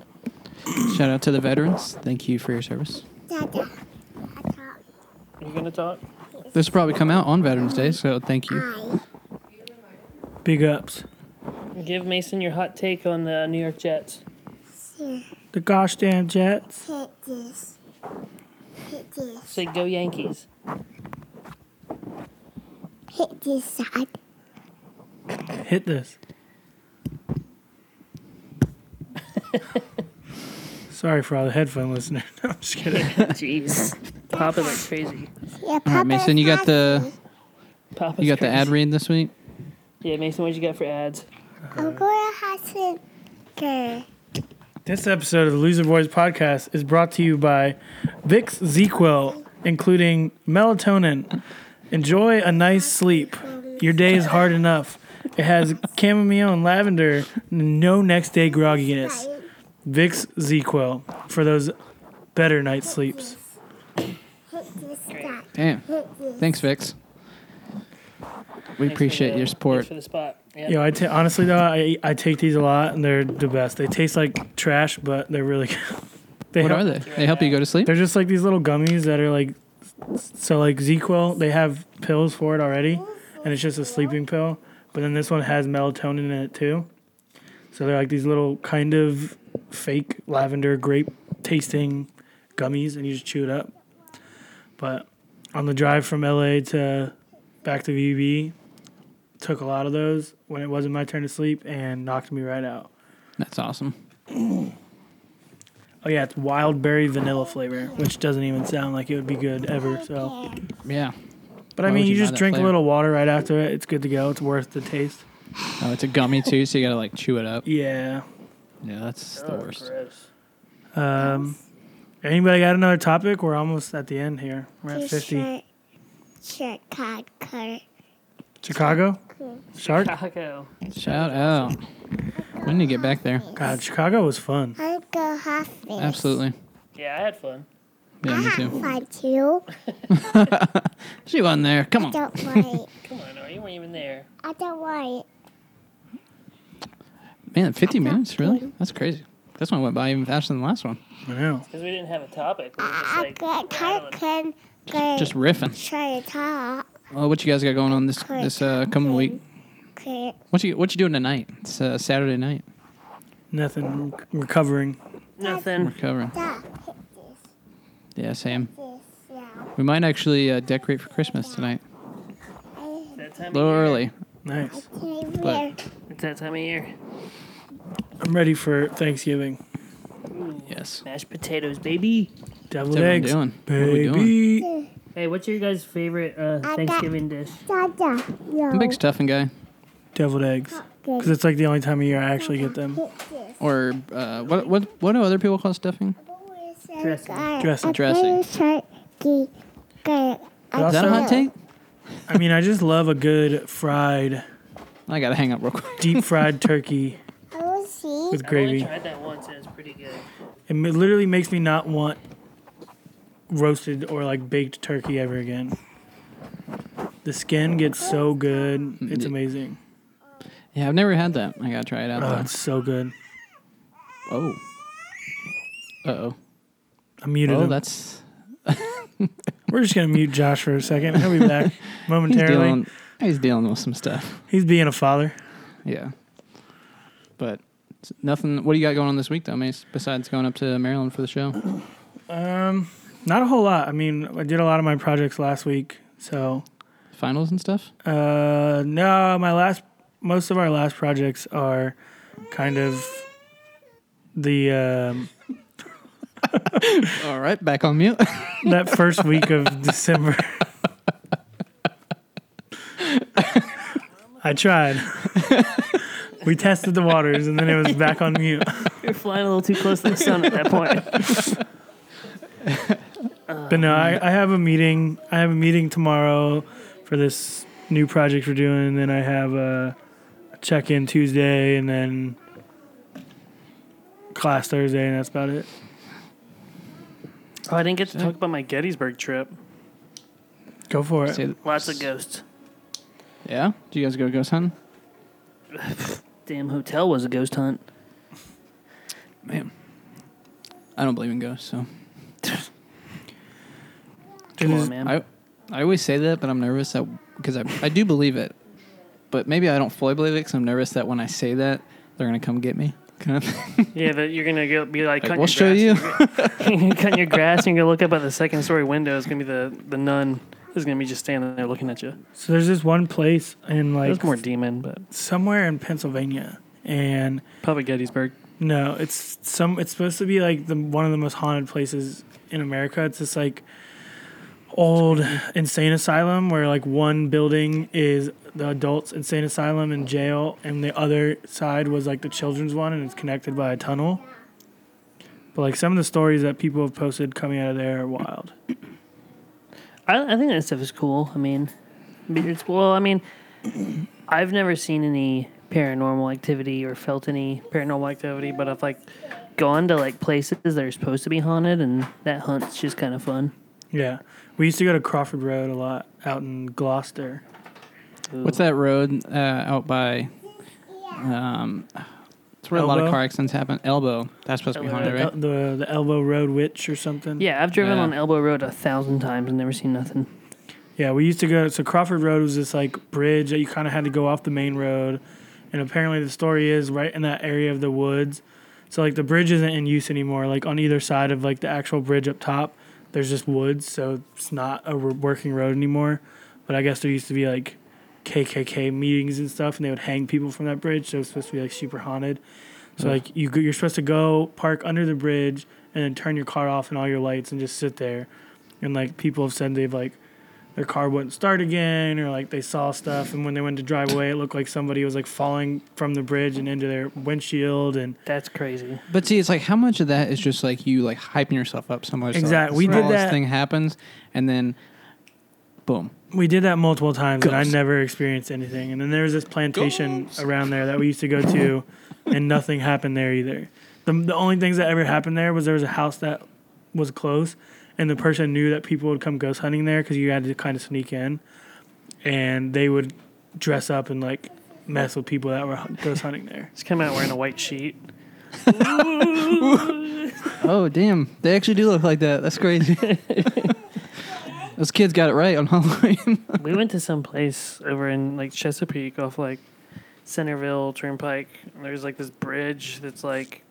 S2: Shout out to the veterans. Thank you for your service.
S6: Dada, Tom.
S3: You're gonna talk.
S2: This will probably come out on Veterans Day, so thank you.
S6: Hi.
S1: Big ups.
S3: Give Mason your hot take on the New York Jets.
S1: The gosh damn Jets.
S6: Hit this. Hit this.
S3: Say
S2: [LAUGHS]
S3: go Yankees.
S6: Hit this side.
S1: Hit this. Sorry for all the headphone listeners. [LAUGHS] No, I'm just kidding.
S3: Jeez, Papa like crazy.
S6: Yeah,
S2: All right, Mason, you got the
S3: Papa's
S2: you got the
S3: crazy.
S2: ad read this week.
S3: Yeah, Mason, what you got for ads?
S6: I'm going to have some girl.
S1: This episode of the Loser Boys podcast is brought to you by Vicks ZQL, including melatonin. Enjoy a nice sleep. Your day is hard enough. It has chamomile and lavender. No next day grogginess. Vicks ZQL for those better night sleeps.
S6: Hit this side.
S2: Damn.
S6: Hit this.
S2: Thanks, Vix. We appreciate your support.
S3: Thanks for the spot. Yeah. Oh,
S1: Yo, I ta- honestly though, I I take these a lot, and they're the best. They taste like trash, but they're really [LAUGHS] good. they
S2: What
S1: help-
S2: are they? They help you go to sleep?
S1: They're just like these little gummies that are like, so like ZQL. They have pills for it already, and it's just a sleeping pill. But then this one has melatonin in it too. So they're like these little kind of fake lavender grape tasting gummies, and you just chew it up. But on the drive from LA to back to VB, took a lot of those when it wasn't my turn to sleep and knocked me right out.
S2: That's awesome.
S1: Oh yeah, it's wild berry vanilla flavor, which doesn't even sound like it would be good ever. So.
S2: Yeah.
S1: But I
S2: Why
S1: mean,
S2: would
S1: you
S2: you buy
S1: just
S2: that
S1: drink a
S2: flavor?
S1: little water right after it. It's good to go. It's worth the taste.
S2: Oh, it's a gummy too, so you gotta like chew it up.
S1: Yeah.
S2: Yeah, that's the
S3: Oh,
S2: worst.
S3: gross.
S1: Um, anybody got another topic? We're almost at the end here. We're at
S6: Just
S1: 50.
S6: Shirt, shirt card color.
S1: Chicago?
S6: Cool.
S1: Shark?
S3: Taco.
S2: Shout out. We need to get back there.
S1: God, Chicago was fun.
S6: I'll go half this.
S2: Absolutely.
S3: Yeah, I had fun.
S2: Yeah,
S6: I
S2: me
S6: have
S2: too.
S6: fun too.
S2: [LAUGHS] She wasn't there. Come
S6: Ah!
S2: [LAUGHS]
S6: I
S2: on.
S6: don't worry.
S3: Come on, Nora, you weren't even there.
S6: I don't worry.
S2: Man, 50 minutes? Really? That's crazy. This one went by even faster than the last one.
S1: I know.
S3: Because we didn't have a topic. We were just
S6: I
S3: like,
S6: got
S3: rattling.
S6: can go
S2: Just riffing.
S6: try to talk.
S2: Well, what you guys got going on this this uh, coming week?
S6: Okay.
S2: What you what you doing tonight? It's uh, Saturday night.
S1: Nothing. I'm recovering.
S2: We're
S3: Nothing.
S2: covering.
S6: That hit this.
S2: Yeah, same.
S6: This now.
S2: We might actually uh, decorate for Christmas tonight.
S6: I
S3: That
S2: A
S3: time
S2: little
S3: of year.
S2: early.
S1: Nice.
S6: can't
S2: But-
S6: hear.
S3: It's that time of year.
S1: I'm ready for Thanksgiving.
S2: Yes.
S3: Mashed potatoes, baby.
S1: Deviled
S2: What's everyone
S1: eggs.
S2: doing? What are we
S1: Baby.
S2: doing?
S3: Hey, what's your guys' favorite uh,
S6: got-
S3: Thanksgiving dish?
S6: Dada. No.
S2: I'm a big stuffing guy.
S1: Deviled eggs. Because it's like the only time of year I actually get them.
S2: Or uh, what what what do other people call stuffing?
S3: Dressing.
S1: Dressing.
S2: Dressing.
S6: Turkey. Good.
S1: Is
S2: Is that a hot take?
S1: I mean, I just love a good fried,
S2: I gotta hang up real quick. [LAUGHS]
S1: deep fried turkey
S6: I will see.
S1: with
S3: I only
S1: gravy.
S3: tried that once and it's pretty good.
S1: It m- literally makes me not want roasted or like baked turkey ever again. The skin gets so good. It's
S2: Mm.
S1: amazing.
S2: Yeah, I've never had that. I gotta try it out.
S1: Oh,
S2: though.
S1: it's so good.
S2: Oh. Uh oh.
S1: I muted
S2: Oh,
S1: him.
S2: that's
S1: We're just going to mute Josh for a second. He'll be
S2: [LAUGHS]
S1: back [LAUGHS]
S2: he's
S1: momentarily.
S2: dealing. He's dealing with some stuff.
S1: He's being a father.
S2: Yeah. But it's nothing. What do you got going on this week though, Mace? Besides going up to Maryland for the show.
S1: Um, not a whole lot. I mean, I did a lot of my projects last week. So,
S2: Finals and stuff.
S1: uh, no, my last, most of our last projects are kind of the, um,
S2: All right, back on mute.
S1: that first week of December. I tried. we tested the waters and then it was back on mute.
S3: You're flying a little too close to the sun at
S2: [LAUGHS]
S3: that point.
S1: But no, I, I have a meeting. I have a meeting tomorrow for this new project we're doing. And then I have a check in Tuesday and then class Thursday, and that's about it.
S4: Oh, I didn't get to talk about my Gettysburg trip.
S1: Go for it.
S2: Say-
S3: Lots of ghosts.
S2: yeah. Do you guys go ghost hunting?
S3: Damn hotel was a ghost hunt.
S2: Man, I don't believe in ghosts, so
S3: Come on, man.
S2: I I always say that, but I'm nervous that because I I do believe it, but maybe I don't fully believe it because I'm nervous that when I say that they're gonna come get me. Kind of thing.
S4: Yeah, but you're gonna go, be like,
S2: Like,
S4: cutting
S2: we'll show
S4: your grass.
S2: you.
S4: you're
S3: [LAUGHS]
S4: cutting your grass and you're gonna look up at the second story window. It's gonna be the the nun is gonna be just standing there looking at you.
S1: So there's this one place in like
S4: It's more demon, but
S1: somewhere in Pennsylvania, and
S4: probably Gettysburg.
S1: No, it's some. It's supposed to be like the one of the most haunted places in America. It's this like old insane asylum where like one building is the adults insane asylum and jail, and the other side was like the children's one, and it's connected by a tunnel. But like some of the stories that people have posted coming out of there are wild.
S3: I, I think that stuff is cool. I mean, it's well. I mean, I've never seen any paranormal activity or felt any paranormal activity, but I've like gone to like places that are supposed to be haunted, and that hunt's just kind of fun.
S1: Yeah, we used to go to Crawford Road a lot out in Gloucester,
S2: What's that road uh, out by? Um, it's where a lot of
S1: Elbow?
S2: car accidents happen. Elbow. That's supposed to be
S3: Elbow.
S2: haunted, right?
S1: El- the the Elbow Road Witch or something.
S3: Yeah, I've driven
S2: Yeah.
S3: on Elbow Road a thousand times and never seen nothing.
S1: Yeah, we used to go. So Crawford Road was this like bridge that you kind of had to go off the main road, and apparently the story is right in that area of the woods. So like the bridge isn't in use anymore. Like on either side of like the actual bridge up top, there's just woods, so it's not a r- working road anymore. But I guess there used to be like KKK meetings and stuff, and they would hang people from that bridge. So it's supposed to be like super haunted. So like you go, you're supposed to go park under the bridge and then turn your car off and all your lights and just sit there. And like people have said they've like their car wouldn't start again or like they saw stuff and when they went to drive away it looked like somebody was like falling from the bridge and into their windshield and
S3: That's crazy.
S2: But see, it's like how much of that is just like you like hyping yourself up so much. so, like,
S1: Exact-
S2: the
S1: we did
S2: smallest
S1: that-
S2: Thing happens, and then, boom.
S1: we did that multiple times and
S2: Ghost.
S1: I never experienced anything and then there was this plantation around there that we used to go to and nothing happened there either the, the only things that ever happened there was there was a house that was close and the person knew that people would come ghost hunting there because you had to kind of sneak in and they would dress up and like mess with people that were hu- ghost hunting there
S4: Just come out wearing a white sheet.
S2: Oh damn! They actually do look like that. That's crazy. [LAUGHS] Those kids got it right on [LAUGHS] Halloween.
S4: we went to some place over in like Chesapeake off like Centerville Turnpike. and There's like this bridge that's like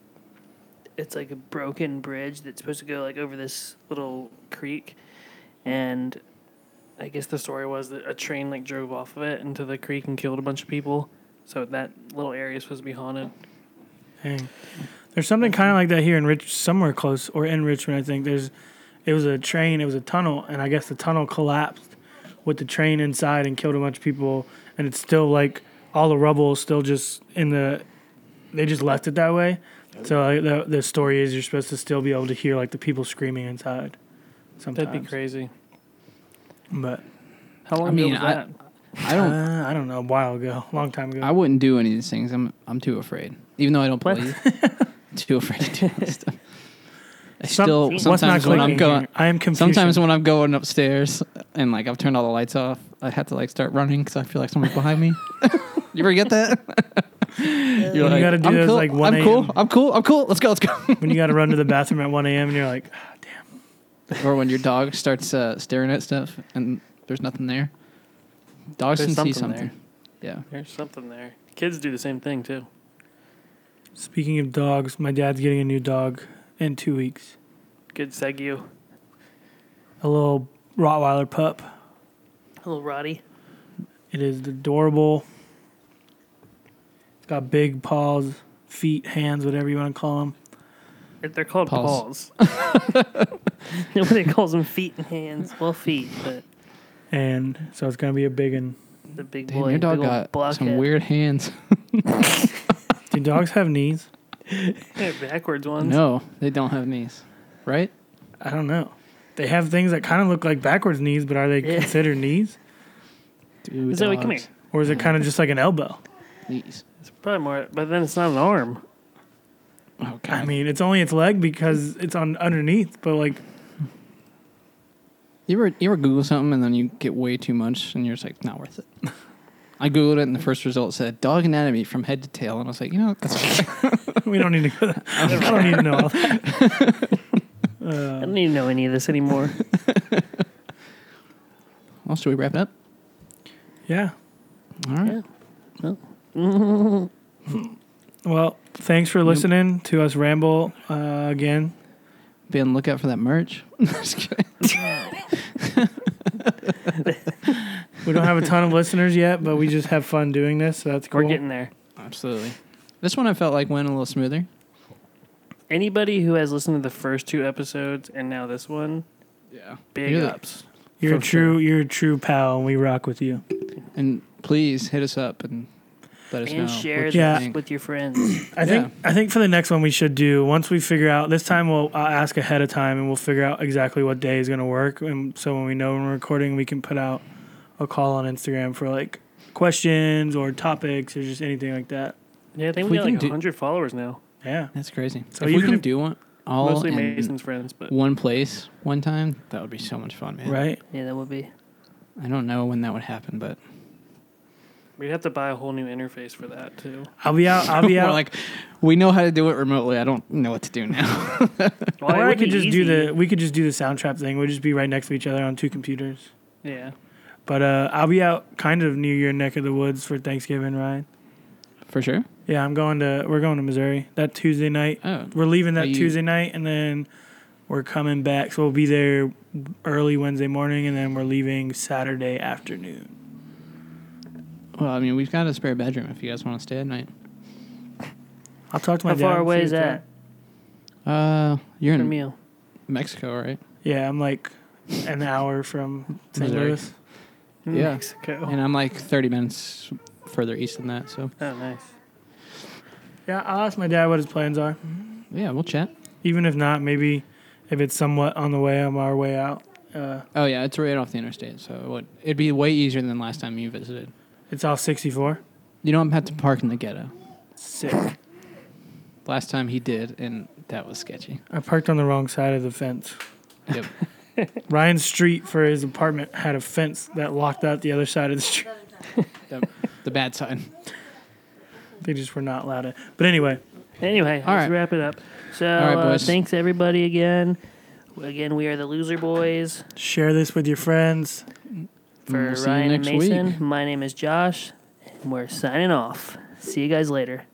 S3: It's like a broken bridge that's supposed to go like over this little creek, and
S4: I guess the story was that a train like drove off of it into the creek and killed a bunch of people. So that little area is supposed to be haunted.
S1: Dang. There's something kind of like that here in Rich, somewhere close or in Richmond. I think there's, it was a train, it was a tunnel, and I guess the tunnel collapsed with the train inside and killed a bunch of people. And it's still like all the rubble is still just in the, they just left it that way. So like, the the story is you're supposed to still be able to hear like the people screaming inside. Sometimes,
S4: That'd be crazy.
S1: But
S4: How long
S2: I
S4: ago
S2: mean,
S4: was
S2: I-
S4: that?
S2: I don't.
S1: uh, I don't know, a while ago, a long time ago.
S2: I wouldn't do any of these things. I'm. I'm too afraid. Even though I don't
S3: What?
S2: believe, I'm too
S1: [LAUGHS]
S2: afraid to do this stuff. I
S1: Some-
S2: still
S1: what's not
S2: sometimes when I'm
S1: clicking
S2: going.
S1: here? I am confused.
S2: Sometimes when I'm going upstairs and like I've turned all the lights off, I have to like start running because I feel like someone's behind me. you ever get that? You're
S1: When you gotta do
S2: I'm
S1: those,
S2: cool.
S1: like, 1
S2: I'm cool.
S1: a.m..
S2: I'm cool. I'm cool. Let's go. Let's go. [LAUGHS]
S1: when you got to run to the bathroom at 1 a.m. and you're like, "Ah, damn.
S2: or when your dog starts uh, staring at stuff and there's nothing there. Dogs
S4: There's
S2: can see
S4: something
S2: something.
S4: There's something there. Kids do the same thing too.
S1: Speaking of dogs, my dad's getting a new dog in two weeks.
S4: Good segue.
S1: A little Rottweiler pup.
S3: a little Roddy.
S1: It is adorable. It's got big paws, feet, hands, whatever you want to call them.
S4: They're called
S2: Paws.
S4: paws. [LAUGHS]
S3: Nobody calls them feet and hands. Well, feet, but
S1: And so it's going to be a big one.
S3: the big
S2: Yeah.
S3: boy.
S2: Damn, your dog
S3: big old
S2: got some
S3: blockhead.
S2: weird hands.
S1: Do dogs have knees?
S4: They're backwards ones.
S2: no, they don't have knees, right?
S1: I don't know. They have things that kind of look like backwards knees, but are they
S3: Yeah.
S1: considered knees?
S2: Dude,
S4: Zoe, come
S2: dogs,
S1: Or is it kind of just like an elbow?
S2: Knees.
S4: It's probably more, but then it's not an
S2: [LAUGHS]
S4: arm.
S2: Oh god.
S1: I mean, it's only its leg because it's on underneath, but like,
S2: You ever you ever Google something and then you get way too much and you're just like not worth it. I googled it and the first result said dog anatomy from head to tail and I was like, you know, that's
S1: we don't need to go. I don't need to know all that.
S3: I don't even know any of this anymore.
S2: well, should we wrap it up?
S1: Yeah.
S2: All right.
S1: [LAUGHS] Well, thanks for listening to us ramble uh, again.
S2: Be on the lookout for that merch. [LAUGHS] Just kidding.
S1: We don't have a ton of [LAUGHS] listeners yet, but we just have fun doing this, so that's cool.
S4: We're getting there.
S2: Absolutely. This one I felt like went a little smoother.
S4: Anybody who has listened to the first two episodes and now this one,
S2: Yeah.
S4: big
S2: You're the-
S4: ups.
S1: you're a
S2: for
S1: true, you're a true pal, and we rock with you.
S2: And please hit us up and let us know.
S3: and share
S2: what
S3: this
S2: you
S1: Yeah.
S2: think.
S3: with
S2: [COUGHS]
S3: your friends.
S1: I think I think for the next one we should do once we figure out this time we'll I'll ask ahead of time and we'll figure out exactly what day is going to work and so when we know when we're recording we can put out a call on Instagram for like questions or topics or just anything like that.
S4: Yeah, I think
S2: If
S4: we
S2: we
S4: got
S2: can
S4: like
S2: do-
S4: 100 followers now.
S1: Yeah.
S2: That's crazy.
S1: So
S2: if we
S1: even
S2: can
S1: if-
S2: do one all
S4: Mostly
S2: in
S4: Mason's friends, but
S2: one place one time, that would be so much fun, man.
S1: Right?
S3: yeah, that would be.
S2: I don't know when that would happen, but
S4: We'd have to buy a whole new interface for that
S2: [LAUGHS]
S4: too.
S1: I'll be out. I'll be
S2: We're
S1: out.
S2: like, we know how to do it remotely. I don't know what to do now. [LAUGHS]
S4: Well, it
S1: or I
S4: would
S1: could
S4: be
S1: just do
S4: easy.
S1: the. We could just do the sound trap thing. We'd just be right next to each other on two computers.
S4: yeah.
S1: But uh, I'll be out kind of near your neck of the woods for Thanksgiving, Ryan.
S2: For sure.
S1: Yeah, I'm going to. We're going to Missouri that Tuesday night.
S2: Oh.
S1: We're leaving that
S2: Are you-
S1: Tuesday night, and then we're coming back. So we'll be there early Wednesday morning, and then we're leaving Saturday afternoon.
S2: Well, I mean, we've got a spare bedroom if you guys want to stay at night.
S1: I'll talk to my
S3: How
S1: dad
S3: far
S1: and
S3: away
S1: see
S3: is
S1: what's
S3: that?
S2: Uh, you're
S4: For
S2: in
S4: meal.
S2: Mexico, right?
S1: up. Yeah, I'm like an hour from St.
S2: Missouri.
S1: Louis.
S2: Yeah.
S4: Mexico.
S2: And I'm like 30 minutes further east than that. So
S4: Oh, nice.
S1: Yeah, I'll ask my dad what his plans are.
S2: yeah, we'll chat.
S1: Even if not, maybe if it's somewhat on the way on our way out, uh,
S2: Oh yeah, it's right off the interstate, so it would, it'd be way easier than last time you visited.
S1: it's all 64.
S2: You don't have to park in the ghetto.
S1: Sick.
S2: Last time he did, and that was sketchy.
S1: I parked on the wrong side of the fence.
S4: [LAUGHS]
S2: Yep.
S1: Ryan's street for his apartment had a fence that locked out the other side of the street.
S2: the, the bad side.
S1: They just were not allowed it. But anyway,
S3: Anyway,
S2: All right.
S3: let's wrap it up. So
S2: right,
S3: uh,
S2: boys.
S3: thanks everybody again. Again, we are the Loser Boys
S1: share this with your friends.
S3: for
S2: We'll see you
S3: Ryan and
S2: next week.
S3: Mason. My name is Josh, and we're signing off. See you guys later.